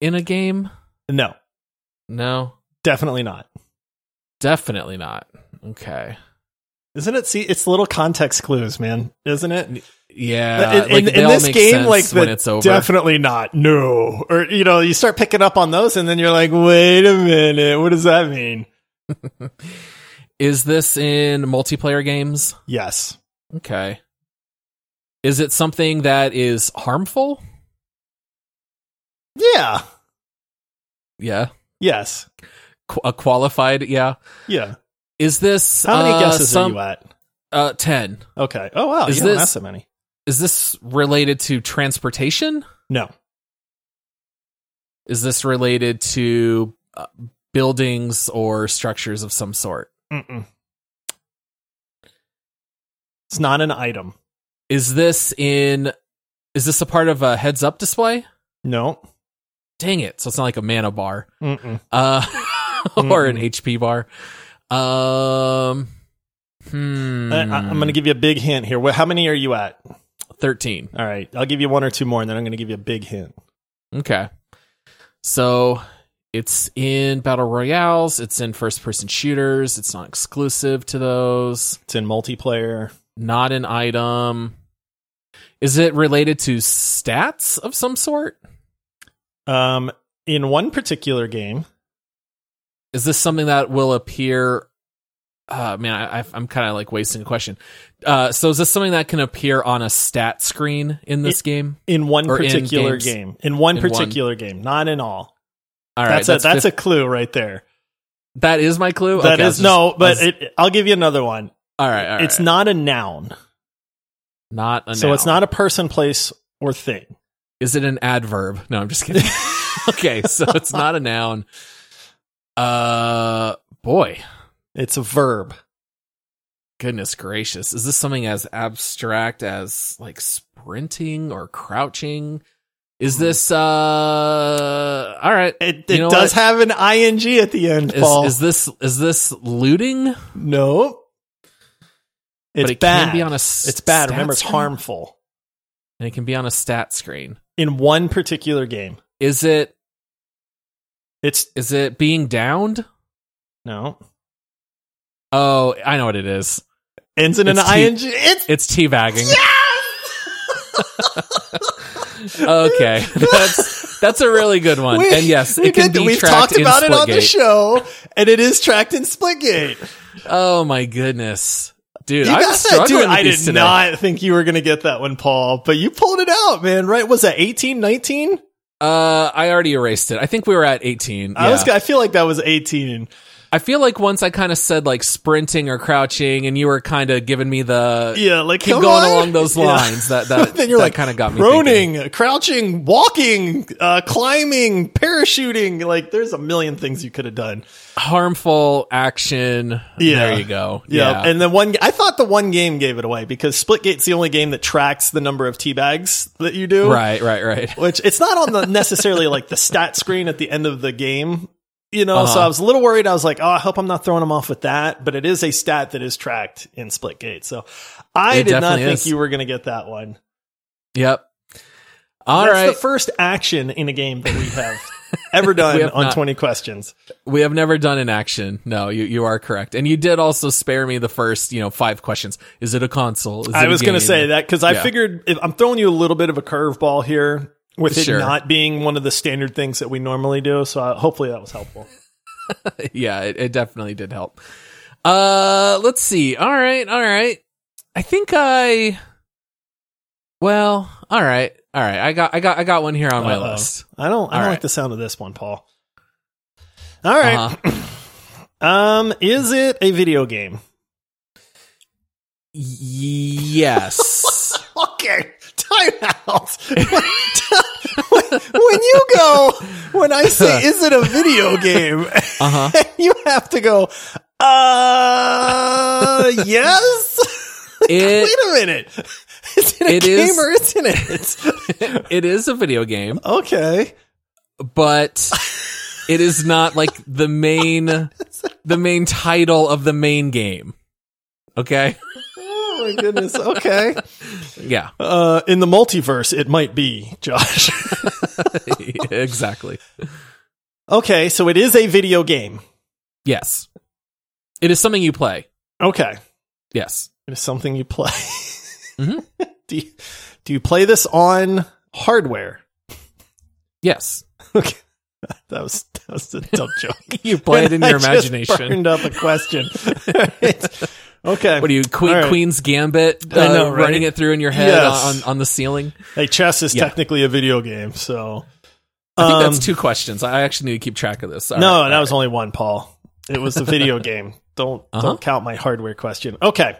in a game? No, No. definitely not. Definitely not. Okay. Isn't it? See, it's little context clues, man. Isn't it? Yeah. in like, in- they in all this make game, sense like the when it's over. definitely not. No, or you know, you start picking up on those, and then you're like, wait a minute, what does that mean? Is this in multiplayer games? Yes, Okay. Is it something that is harmful? yeah, Yeah. yes, Qu- a qualified, yeah. yeah. Is this How many uh, guesses some, are you at? Uh 10. Okay. Oh wow, Is you don't this- ask so many. Is this related to transportation? No, Is this related to uh, buildings or structures of some sort? Mm-mm. It's not an item. Is this in? Is this a part of a heads up display? No. Dang it! So it's not like a mana bar Mm-mm. uh, (laughs) or Hmm. an HP bar. Um, hmm. I, I- I'm going to give you a big hint here. Wha- How many are you at? thirteen. All right. I'll give you one or two more, and then I'm going to give you a big hint. Okay. So it's in battle royales, it's in first person shooters, it's not exclusive to those, It's in multiplayer. not an item. Is it related to stats of some sort? Um, in one particular game, Is this something that will appear? Uh, man, I, I, I'm kind of like wasting a question. Uh, so is this something that can appear on a stat screen in this game? in one Or in particular games. game, in one In one. particular game, not in all. All right, that's a that's a clue right there. a that is my clue. That is Okay, I was just- no, I but was- it, I'll give you another one. all right, all right. it's not a noun, not a so it's noun. not a person, place, or thing. Is it an adverb? No, I'm just (laughs) kidding. okay, so it's not a noun. Uh, boy, It's a verb. goodness gracious. Is this something as abstract as like sprinting or crouching? Is Hmm. this, uh, all right. It, You it know does what? have an ing at the end, Is, Paul. is this, is this looting? no, it's but it bad. can be on a, s- it's bad. stat Remember, it's screen? harmful. And it can be on a stat screen. In one particular game, Is it, it's is it being downed? no Oh, I know what it is. ends in an It's T- ing. It's It's teabagging. yes. (laughs) Okay, (laughs) that's that's a really good one. We- and yes, we it can did- be We've tracked talked about in it on the Splitgate. show, and it is tracked in Splitgate. Oh my goodness, dude! you I'm got that, struggling dude. with I did these today. not think you were going to get that one, Paul, but you pulled it out, man. Right? Was that eighteen, nineteen? Uh, I already erased it. I think we were at 18. I was. yeah. I feel like that was eighteen. I feel like once I kind of said like sprinting or crouching, and you were kind of giving me the Yeah, like keep come going on. along those Yeah. (laughs) lines. That that then you're that like kind of got me thinking. Roning, crouching, walking, uh, climbing, parachuting. Like there's a million things you could have done. harmful action. Yeah. There you go. Yeah. yeah. And the one, I thought the one game gave it away because Splitgate's the only game that tracks the number of tea bags that you do. right, right, right. Which it's not (laughs) on the necessarily like the stat screen at the end of the game, you know? So Uh-huh. I was a little worried. I was like, oh, I hope I'm not throwing them off with that. But it is a stat that is tracked in Splitgate. So I It did not definitely think is. you were going to get that one. Yep. All right. That's the first action in a game that we have (laughs) ever done We have on not. 20 questions. We have never done an action. No, you you are correct, and you did also spare me the first you know five questions. Is it a console? Is I it a was going to game? say that because I Yeah. figured if I'm throwing you a little bit of a curveball here with it Sure. not being one of the standard things that we normally do. So uh, hopefully that was helpful. yeah, it, it definitely did help. Uh, let's see. All right, all right. I think I. Well, all right, all right. I got I got I got one here on my Uh-oh. list. I don't. I All don't right. Uh-huh. like the sound of this one, Paul. All right. Um, is it a video game? (laughs) Yes. Okay, timeout. (laughs) when you go, when I (laughs) say, "Is it a video game?" uh huh. (laughs) you have to go. Uh, yes. (laughs) It Wait a minute. (laughs) It's in a It game is- or it's in it. (laughs) it is a video game, okay. but it is not like the main the main title of the main game. Okay. Oh my goodness. Okay. Yeah, (laughs) Uh, in the multiverse, it might be Josh. (laughs) exactly. okay, so it is a video game. Yes. It is something you play. Okay, Yes. it is something you play. Mhm. (laughs) do you, do you play this on hardware? (laughs) Yes. Okay. That was that was a dumb (laughs) joke. You play it (laughs) in I your just imagination. burned up a question. (laughs) Alright. Okay. What are you, Queen, All right. Queen's Gambit, uh, I know, right? running it through in your head Yes. on, on the ceiling? Hey, chess is Yeah. technically a video game, so I think that's Um, two questions. I actually need to keep track of this. All no, right, that all was only one, Paul. It was the (laughs) video game. Don't Uh-huh. don't count my hardware question. Okay.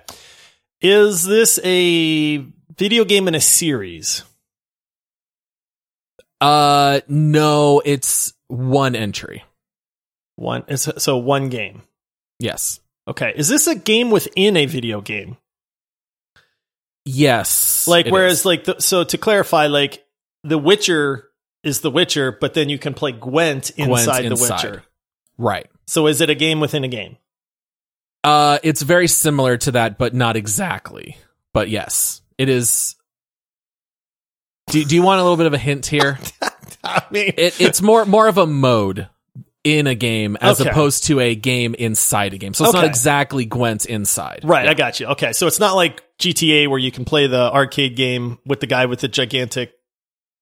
Is this a video game in a series? right. Uh, no, it's one entry. One it's so one game. Yes. Okay. Is this a game within a video game? Yes. Like, it whereas, is. like, the, so to clarify, like, The Witcher is The Witcher, but then you can play Gwent Gwent inside The inside. Witcher. right. So is it a game within a game? Uh, it's very similar to that, but not exactly. But yes, it is. Do Do you want a little bit of a hint here? (laughs) I mean, It, it's more more of a mode in a game as Okay. opposed to a game inside a game. So it's not Okay. exactly Gwent inside. right. Yeah. I got you. Okay. So it's not like GTA where you can play the arcade game with the guy with the gigantic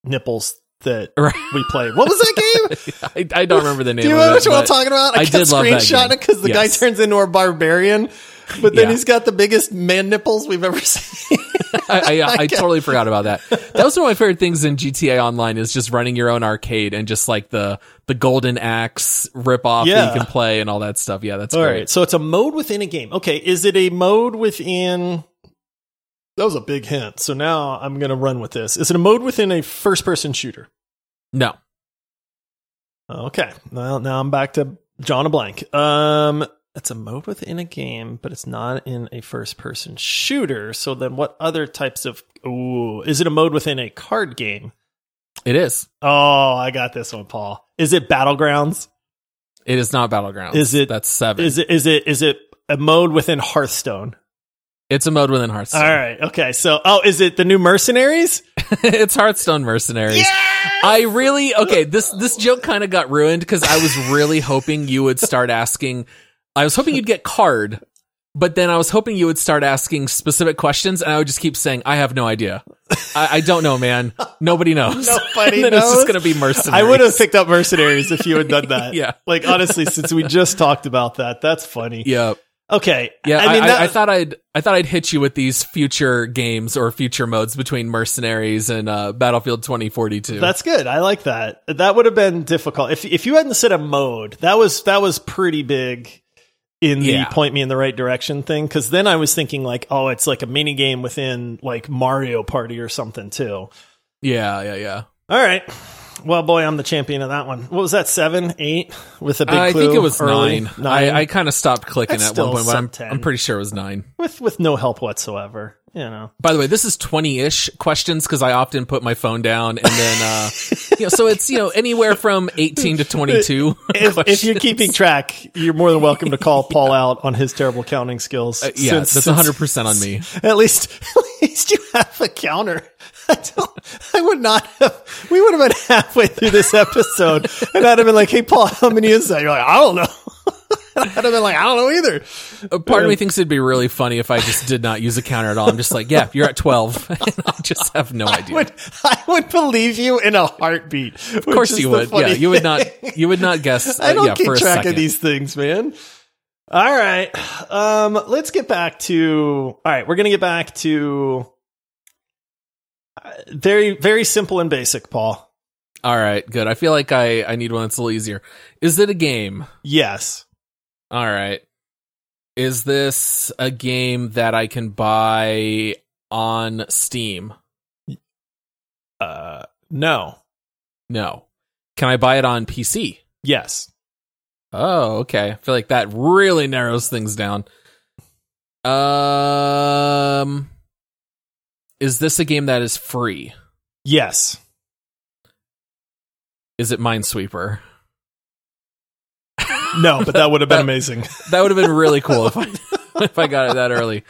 nipples that (laughs) Right. we played. What (laughs) was that game? I, I don't remember the (laughs) name. Do you of know it, which one I'm but- talking about? I, I kept did love that screenshotting game. it because the guy Yes. turns into a barbarian, but then Yeah. he's got the biggest man nipples we've ever (laughs) seen. I, (laughs) I, I totally forgot about that. That was one of my favorite things in GTA Online is just running your own arcade and just like the the Golden Axe rip off that Yeah. you can play and all that stuff. Yeah, that's All great. right. So it's a mode within a game. Okay. Is it a mode within. That was a big hint. So now I'm going to run with this. Is it a mode within a first person shooter? No, Okay. Well, now I'm back to John a blank. Um, it's a mode within a game, but it's not in a first person shooter. So then what other types of. Ooh. Is it a mode within a card game? it is. Oh, I got this one, Paul. Is it Battlegrounds? It is not Battlegrounds. Is it- Oh, That's seven. Is it is it is it a mode within Hearthstone? it's a mode within Hearthstone. All right. Okay. So, oh, is it the new Mercenaries? (laughs) it's Hearthstone Mercenaries. I really okay. This this joke kind of got ruined because I was really hoping you would start asking. I was hoping you'd get card, but then I was hoping you would start asking specific questions, and I would just keep saying, "I have no idea. I, I don't know, man. Nobody knows. (laughs) Nobody and then It's knows. just gonna be mercenaries. I would have picked up Mercenaries if you had done that. (laughs) Yeah. Like honestly, since we just talked about that, that's funny. Yeah, Okay. yeah. I mean, I, that, I thought I'd I thought I'd hit you with these future games or future modes between mercenaries and uh, Battlefield 2042. that's good. I like that. That would have been difficult if if you hadn't said a mode. That was that was pretty big in the Yeah. point me in the right direction thing. Because then I was thinking like, oh, it's like a mini game within like Mario Party or something too. yeah, yeah, yeah. All right. Well, boy, I'm the champion of that one. What was that? Seven, eight, with a big. I clue think it was early? nine. I, I kind of stopped clicking That's at one still point, but I'm, sub-ten. I'm pretty sure it was nine. with with no help whatsoever. You know. By the way, this is 20 ish questions because I often put my phone down and (laughs) then, uh, you know, so it's, you know, anywhere from 18 to 22. If, if you're questions. keeping track, you're more than welcome to call Paul out on his terrible counting skills. Uh, yeah, since- that's since- 100% on me. At least, (laughs) at least you have a counter. (laughs) I don't. I would not have. We would have been halfway through this episode, and I'd have been like, "Hey, Paul, how many is that?" You're like, "I don't know." (laughs) I'd have been like, "I don't know either." A Uh, part uh, of me thinks it'd be really funny if I just did not use a counter at all. I'm just like, yeah, you're at 12. (laughs) And I just have no I idea. would, I would believe you in a heartbeat. Of of course you would. Yeah, you would not, you would not guess. (laughs) uh, I don't yeah, for keep a track second. of these things, man. All right. Um, let's get back to. All right, we're gonna get back to. uh, Very, very simple and basic, Paul. All right, good. I feel like I, I need one that's a little easier. Is it a game? Yes. All right. Is this a game that I can buy on Steam? Uh, no. No. Can I buy it on PC? Yes. Oh, okay. I feel like that really narrows things down. Um Is this a game that is free? Yes. Is it Minesweeper? No, but that would have been That- amazing. (laughs) That would have been really cool if I (laughs) if I got it that early.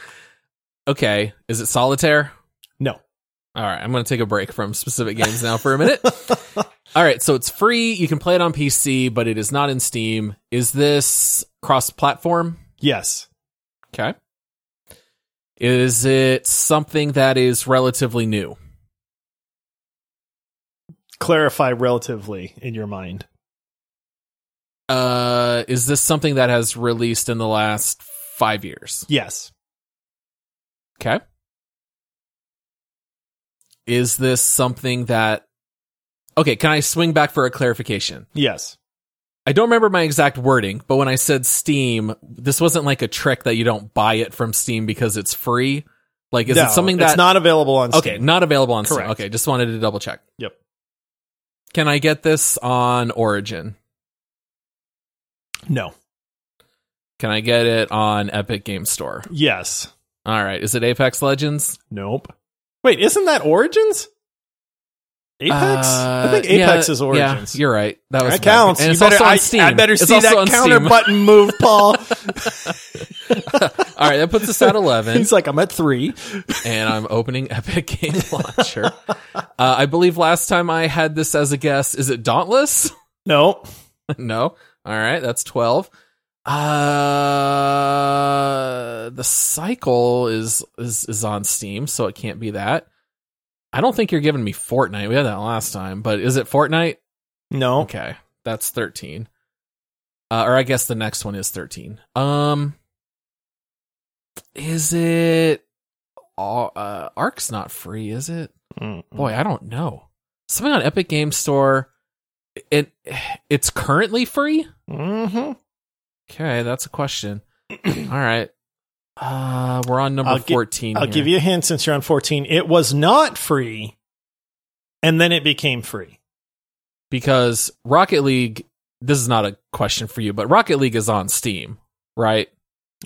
Okay. Is it Solitaire? No. All right, I'm going to take a break from specific games now for a minute. All right, so it's free. You can play it on PC, but it is not in Steam. Is this cross platform? Yes. Okay. Is it something that is relatively new? Clarify relatively in your mind. Uh, is this something that has released in the last five years? Yes. Okay. Is this something that. Okay, can I swing back for a clarification? Yes. I don't remember my exact wording, but when I said Steam, this wasn't like a trick that you don't buy it from Steam because it's free. Like, is No, it something it's that not available on? okay, Steam. not available on Steam? Correct. Okay, just wanted to double check. Yep. Can I get this on Origin? No. Can I get it on Epic Game Store? Yes. All right. Is it Apex Legends? Nope. Wait, isn't that Origins? Apex? I think Uh, yeah, Apex is Origins. Yeah, you're right. That was that counts. And You it's better, also on I, Steam. I better It's see also that on counter Steam. button move, Paul. (laughs) All right, that (laughs) puts us at eleven, He's like, I'm at three. and I'm opening Epic Game (laughs) Launcher. Uh, I believe last time I had this as a guess. Is it Dauntless? (laughs) No. no. All right, that's twelve. Uh, the cycle is is is on Steam, so it can't be that. I don't think you're giving me Fortnite. We had that last time, but is it Fortnite? No. Okay, that's thirteen. Uh, or I guess the next one is thirteen. Um, is it? Ar- Uh, Arc's not free, is it? Mm. Boy, I don't know. Something on Epic Game Store. It it's currently free. Mhm. Okay, that's (clears throat) a question. All right. Uh, we're on number I'll gi- 14 I'll here. give you a hint since you're on 14. It was not free, and then it became free. because Rocket League this is not a question for you, but Rocket League is on Steam, right?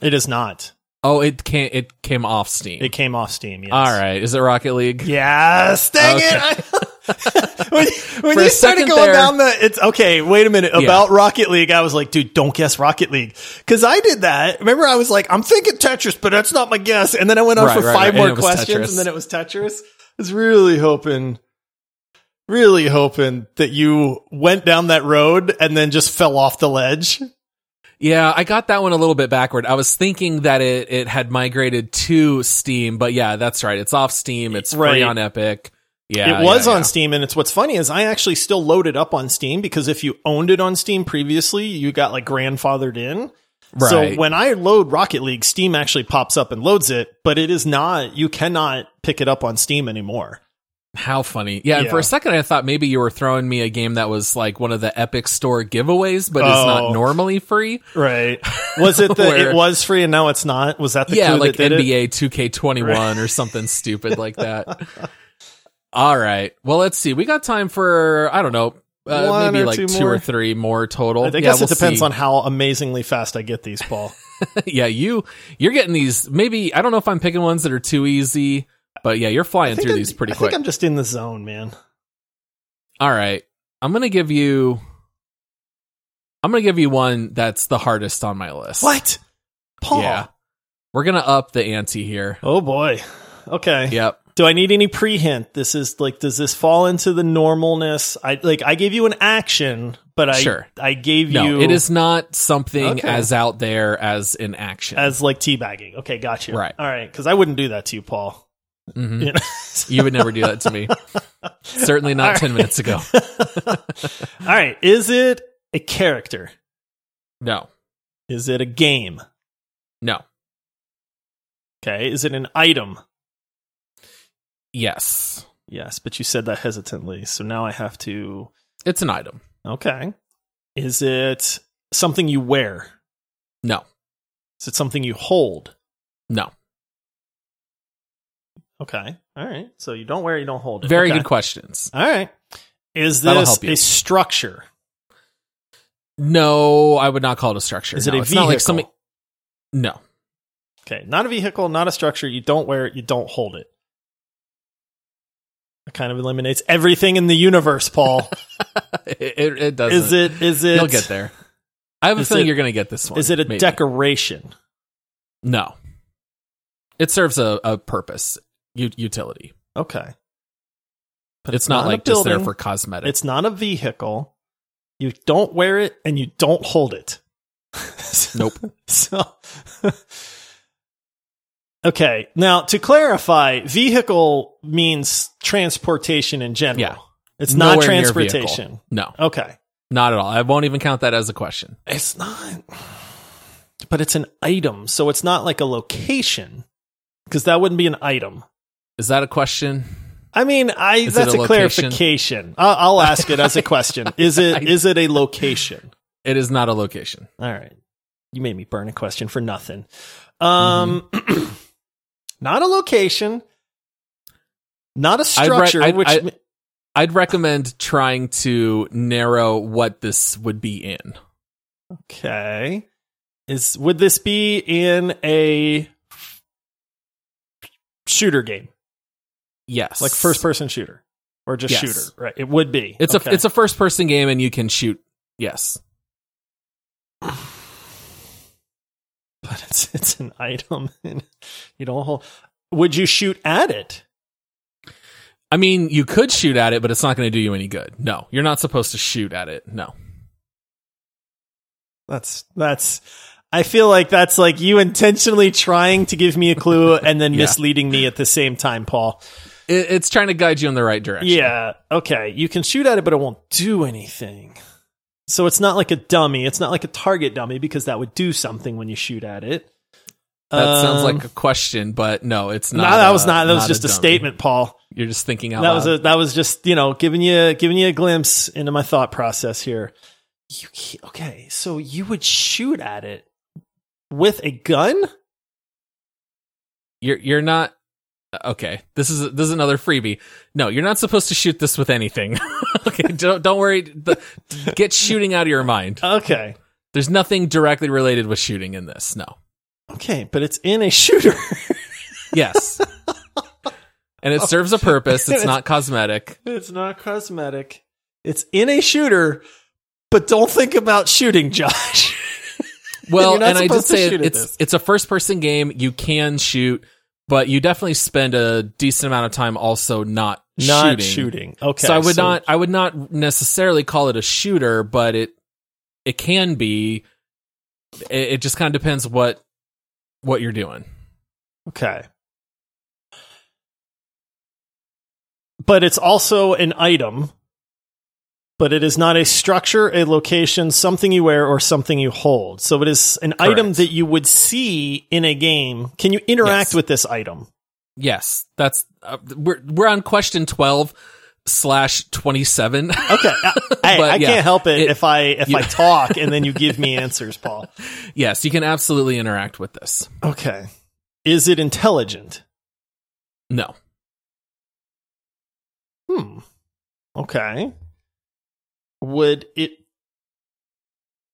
It is not. Oh, it can not it came off Steam. It came off Steam. Yes. All right. Is it Rocket League? Yes. Dang it. (laughs) when when For a you started second going there- down the, it's okay. Wait a minute Yeah. about Rocket League. I was like, dude, don't guess Rocket League because I did that. Remember, I was like, I'm thinking Tetris, but that's not my guess. And then I went on Right, for right, right. five And more it was questions, Tetris. and then it was Tetris. I was really hoping, really hoping that you went down that road and then just fell off the ledge. Yeah, I got that one a little bit backward. I was thinking that it it had migrated to Steam, but yeah, that's right. It's off Steam. It's Right. free on Epic. Yeah. it was yeah, on yeah. Steam, and it's what's funny is I actually still load it up on Steam because if you owned it on Steam previously, you got like grandfathered in. So Right. when I load Rocket League, Steam actually pops up and loads it, but it is not. You cannot pick it up on Steam anymore. How funny. Yeah, and for a Yeah. second I thought maybe you were throwing me a game that was like one of the Epic Store giveaways, but is not Oh. normally free. Right? Was (laughs) it that Where- it was free and now it's not? Was that the yeah, clue like that did it? NBA 2K21 or (laughs) something stupid like that. All right. Well, let's see. We got time for I don't know, uh, One maybe or like two two, more. or three more total. I Yeah, guess we'll it depends see. on how amazingly fast I get these, (laughs) Paul. yeah, you you're getting these. Maybe I don't know if I'm picking ones that are too easy, but yeah, you're flying think through I'm- these pretty I quick. think I'm just in the zone, man. All right. I'm going to give you I'm going to give you one that's the hardest on my list. What, Paul? Yeah. We're going to up the ante here. Oh boy. Okay. (laughs) Yep. Do I need any pre hint? This is like, does this fall into the normalness? I like, I gave you an action, but I Sure. I gave No, you it is not something Okay. as out there as in action. as like teabagging. Okay, got you. Right. All right, because I wouldn't do that to you, Paul. Mhm. You know? You would never do that (laughs) to me. Certainly not All 10 minutes ago. (laughs) All right, is it a character? No. Is it a game? No. Okay, is it an item? Yes. Yes, but you said that hesitantly, so now I have to. It's an item. Okay, is it something you wear? No. Is it something you hold? No. Okay, all right. So you don't wear, you don't hold. It. Very Okay. good questions. All right. Is That'll this help you. a structure? No, I would not call it a structure. Is it No, a it's vehicle? Not like something- no. okay, not a vehicle, not a structure. You don't wear it, you don't hold it. That kind of eliminates everything in the universe, Paul. It, it, it (laughs) doesn't. is it? Is it? You'll get there. I have a Is feeling it- you're going to get this one. Is it a maybe. decoration? No. It serves a, a purpose, u- utility. Okay, But it's not, a like just there building. for cosmetics. It's not a vehicle. You don't wear it and you don't hold it. (laughs) Nope. So, (laughs) okay. Now, to clarify, vehicle means transportation in general. Yeah. It's not Nowhere near vehicle. transportation. No, Okay. not at all. I won't even count that as a question. It's not. But it's an item. So it's not like a location because that wouldn't be an item. Is that a question? I mean, I it that's a a, location? clarification. I'll, I'll ask it (laughs) as a question. Is it is it a location? It is not a location. All right. You made me burn a question for nothing. Um Mm-hmm. (clears throat) not a location, not a I'd re- structure I'd- which I- me- I'd recommend trying to narrow what this would be in. Okay. Is would this be in a shooter game, Yes. like first person shooter, or just Yes. shooter? Right, it would be. It's Okay. a it's a first person game and you can shoot. Yes. (laughs) but it's it's an item, and you don't hold. Would you shoot at it? I mean, you could shoot at it, but it's not going to do you any good. No, you're not supposed to shoot at it. No. That's that's. I feel like that's like you intentionally trying to give me a (laughs) clue and then Yeah. misleading me at the same time, Paul. It, it's trying to guide you in the right direction. Yeah. Okay. You can shoot at it, but it won't do anything. So it's not like a dummy. It's not like a target dummy because that would do something when you shoot at it. That sounds Um, like a question, but no, it's no. not. That a- was not. That was not just a, dummy. statement, Paul. You're just thinking out That loud. was a. That was just you know giving you giving you a glimpse into my thought process here. You, can't- okay? So you would shoot at it with a gun? you're you're not okay this is this is another freebie no you're not supposed to shoot this with anything (laughs) (laughs) okay don't don't worry The- get shooting out of your mind Okay. there's nothing directly related with shooting in this no Okay, but it's in a shooter. (laughs) yes and it serves a purpose (laughs) it's not cosmetic it's not cosmetic. It's in a shooter, but don't think about shooting, Josh. You're well not and i did supposed to say shoot at it's this. it's a first person game you can shoot but you definitely spend a decent amount of time also not not shooting. shooting. Okay. so I would not I would not necessarily call it a shooter, but it it can be. It, it just kind of depends what what you're doing. Okay. But it's also an item, but it is not a structure, a location, something you wear, or something you hold. So it is an item Correct. that you would see in a game. Can you interact Yes. with this item? Yes, that's uh, we're we're on question twelve slash twenty seven. Okay. I, I- But, I yeah, can't help it, it- if I if you- I talk and then you give (laughs) me answers, Paul. (laughs) yes, you can absolutely interact with this. Okay. Is it intelligent? No, Hmm. Okay. Would it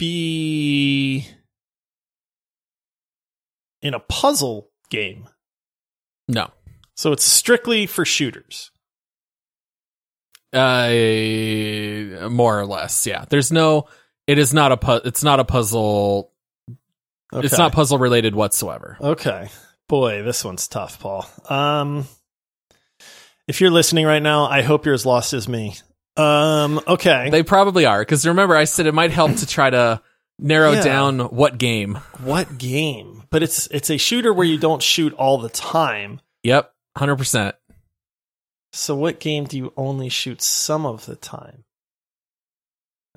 be in a puzzle game? no. So it's strictly for shooters. Uh, more or less, yeah. There's no. It is not a pu- It's not a puzzle. Okay. It's not puzzle related whatsoever. Okay. Boy, this one's tough, Paul. Um if you're listening right now, I hope you're as lost as me. Um okay. They probably are because remember I said it might help to try to narrow Yeah. down what game. What game? But it's it's a shooter where you don't shoot all the time. Yep, hundred percent. So what game do you only shoot some of the time?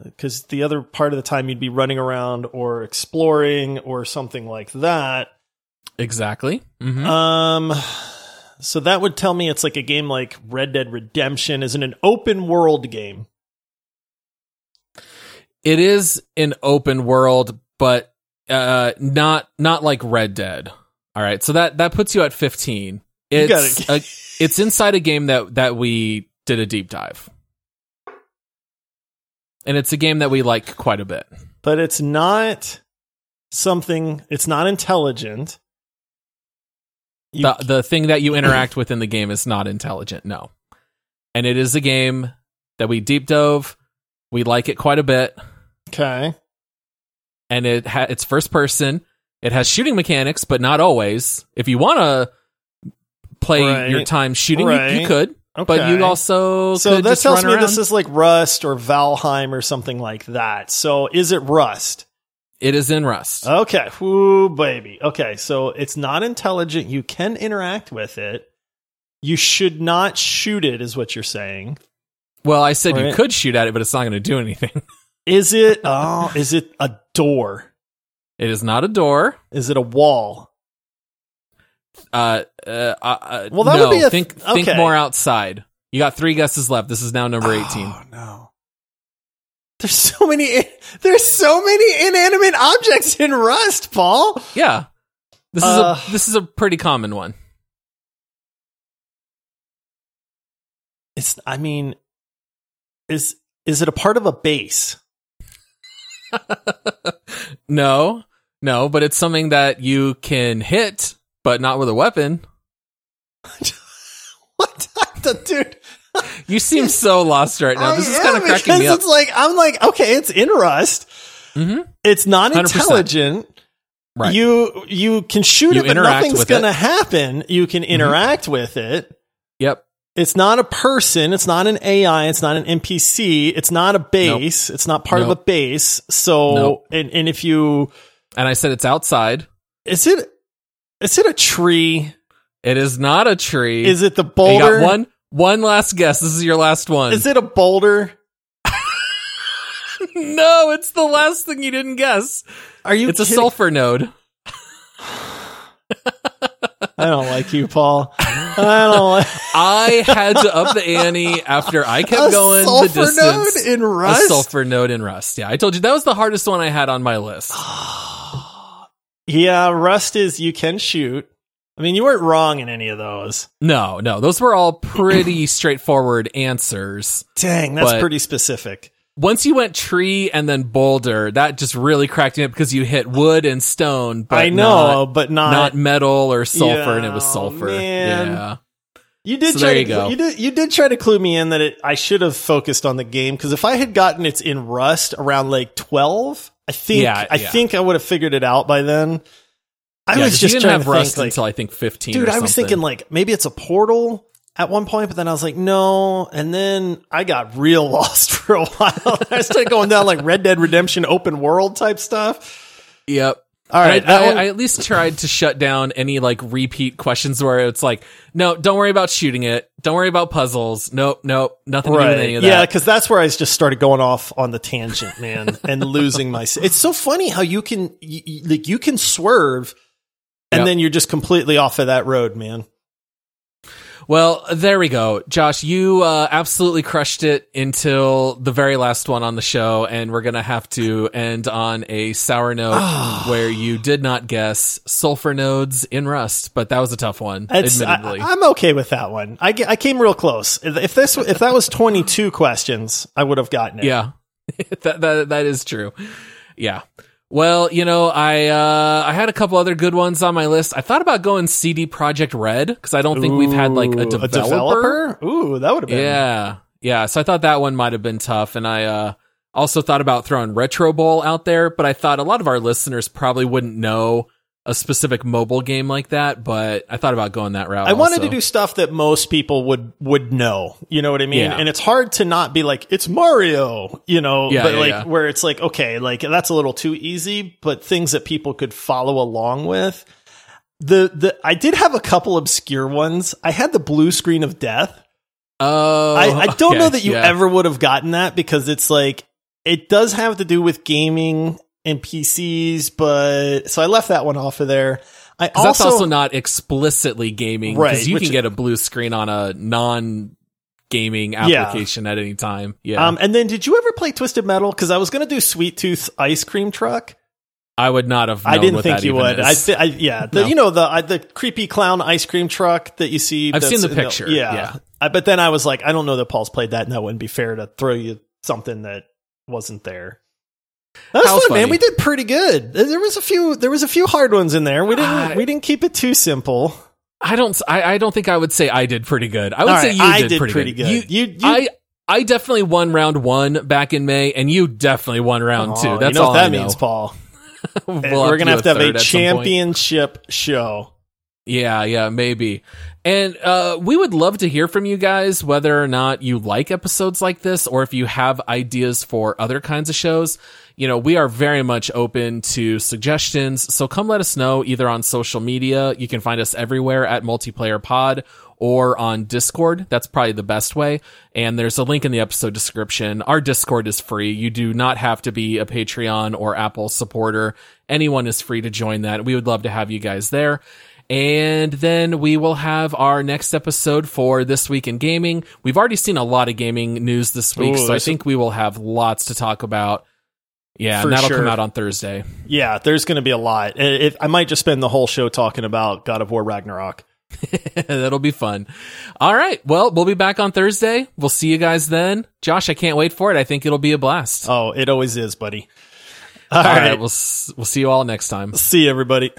Because the other part of the time you'd be running around or exploring or something like that. Exactly. hmm Um, so that would tell me it's like a game like Red Dead Redemption isn't an open world game. it is an open world, but uh, not not like Red Dead. All right, so that that puts you at fifteen. You got It's a, it's inside a game that that we did a deep dive, and it's a game that we like quite a bit. (laughs) But it's not something. It's not intelligent. You- the, the thing that you interact with in the game is not intelligent no and it is a game that we deep dove we like it quite a bit okay. and it ha- it's first person it has shooting mechanics but not always if you want to play Right. your time shooting you- you, Right. could Okay. but you also so could that just tells me run around. this is like Rust or Valheim or something like that. So is it Rust? it is in rust Okay. Whoo, baby. Okay. So it's not intelligent. You can interact with it. You should not shoot it, is what you're saying. well i said you Right. could shoot at it but it's not going to do anything Is it? Oh, is it a door? it is not a door Is it a wall? uh, uh, uh Well, that no, would be a- think okay. think more outside you got three guesses left this is (sighs) now number 18 Oh no. There's so many. (laughs) There's so many inanimate objects in Rust, Paul. Yeah. This is Uh, a this is a pretty common one. It's. I mean, is is it a part of a base? No. No, but it's something that you can hit, but not with a weapon. (laughs) What the dude? You seem so lost right now. This I is kind am, of cracking me because up. It's like I'm like okay, it's in Rust. Mhm. It's not 100%. intelligent. Right. You you can shoot You it, but interact nothing's with going to it. Mm-hmm. happen. You can interact with it. Yep. It's not a person. It's not an AI. It's not an NPC. It's not a base. It's not part of a Nope. base. So Nope. and and if you And I said it's outside. is it is it a tree? It is not a tree. Is it the And you boulder? got one one last guess. This is your last one. Is it a boulder? (laughs) no, it's the last thing you didn't guess. Are you? It's a kidding? sulfur node. I don't like you, (laughs) Paul. I don't like. I had to up the ante after (laughs) I kept going the distance. node in a Rust. sulfur node in Rust. Yeah, I told you that was the hardest one I had on my list. (gasps) yeah, Rust is you can shoot. I mean, you weren't wrong in any of those. No, no, those were (clears throat) all pretty straightforward answers. Dang, that's But- pretty specific. Once you went tree and then boulder, that just really cracked me up because you hit wood and stone. But I know, but not, not, not metal or sulfur, and it was Yeah, sulfur. man. Yeah, you did so try there to, you go. you did you did try to clue me in that it, I should have focused on the game because if I had gotten it's in Rust around like twelve, I think Yeah, I yeah. think I would have figured it out by then. I Yeah, was 'cause you just didn't trying have to rust think, like, until I think fifteen. dude or i was something. thinking like maybe it's a portal at one point but then i was like no and then i got real (laughs) lost for a while (laughs) i started going down like red dead redemption open world type stuff yep. all right I, that I- one- I at least tried to shut down any like repeat questions where it's like, no, don't worry about shooting it. Don't worry about puzzles. Nope, nope, nothing to do with any Right. of Yeah, that. because that's where I just started going off on the tangent, man, and losing my. It's so funny how you can, y y- like, you can swerve, and Yep. then you're just completely off of that road, man. Well, there we go. Josh, you uh, absolutely crushed it until the very last one on the show, and we're gonna have to end on a (sighs) sour note where you did not guess sulfur nodes in Rust, but that was a tough one, It's, I, admittedly. I'm okay with that one. I, ge- I came real close. If if this if that was 22 questions, I would have gotten it. (laughs) Yeah, that, that that is true. Yeah. Well, you know, I uh, I had a couple other good ones on my list. I thought about going CD Project Red because I don't think we've had like Ooh, a developer. Ooh, that would have been. Yeah, yeah. So I thought that one might have been tough, and I uh, also thought about throwing Retro Bowl out there, but I thought a lot of our listeners probably wouldn't know a specific mobile game like that. But I thought about going that route. I wanted also. to do stuff that most people would would know. You know what I mean? Yeah. And it's hard to not be like it's Mario, you know, Yeah, but yeah, like yeah. where it's like okay, like that's a little too easy, but things that people could follow along with. The the I did have a couple obscure ones. I had the blue screen of death. Oh, I, I don't okay, know that you yeah. ever would have gotten that because it's like it does have to do with gaming and PCs, but so I left that one off of there. I 'Cause also, that's also not explicitly gaming because Right, you which- can get a blue screen on a non gaming application at any time. Yeah. um, and then did you ever play Twisted Metal? Because I was gonna do Sweet Tooth Ice Cream Truck. I would not have known I didn't what think that you even would. I, is. thi- I yeah, the, No. you know the I, the creepy clown ice cream truck that you see. I've that's seen the in picture, yeah, yeah. I, but then I was like, I don't know that Paul's played that, and that wouldn't be fair to throw you something that wasn't there. That was How fun, man. funny. We did pretty good. There was a few. There was a few hard ones in there. We didn't. I- we didn't keep it too simple. I don't. I, I don't think I would say I did pretty good. I would All right, say you I did, pretty, good. You- You, you, I I definitely won round one back in May, and you definitely won round Oh, two. That's you know all what that I know. (laughs) means, Paul. We'll We're gonna have to have third a at some point. championship show. Yeah, yeah, maybe. And uh, we would love to hear from you guys whether or not you like episodes like this or if you have ideas for other kinds of shows. You know, we are very much open to suggestions. So come let us know either on social media. You can find us everywhere at Multiplayer Pod or on Discord. That's probably the best way. And there's a link in the episode description. Our Discord is free. You do not have to be a Patreon or Apple supporter. Anyone is free to join that. We would love to have you guys there. And then we will have our next episode for this week in gaming. We've already seen a lot of gaming news this week, Ooh, so I there's think we will have lots to talk about. Yeah, For and that'll sure. come out on Thursday. (laughs) Yeah, there's going to be a lot. I- If, I might just spend the whole show talking about God of War Ragnarok. That'll be fun. All right. Well, we'll be back on Thursday. We'll see you guys then. Josh, I can't wait for it. I think it'll be a blast. Oh, it always is, buddy. All all right. right, we'll s- we'll see you all next time. See you, everybody.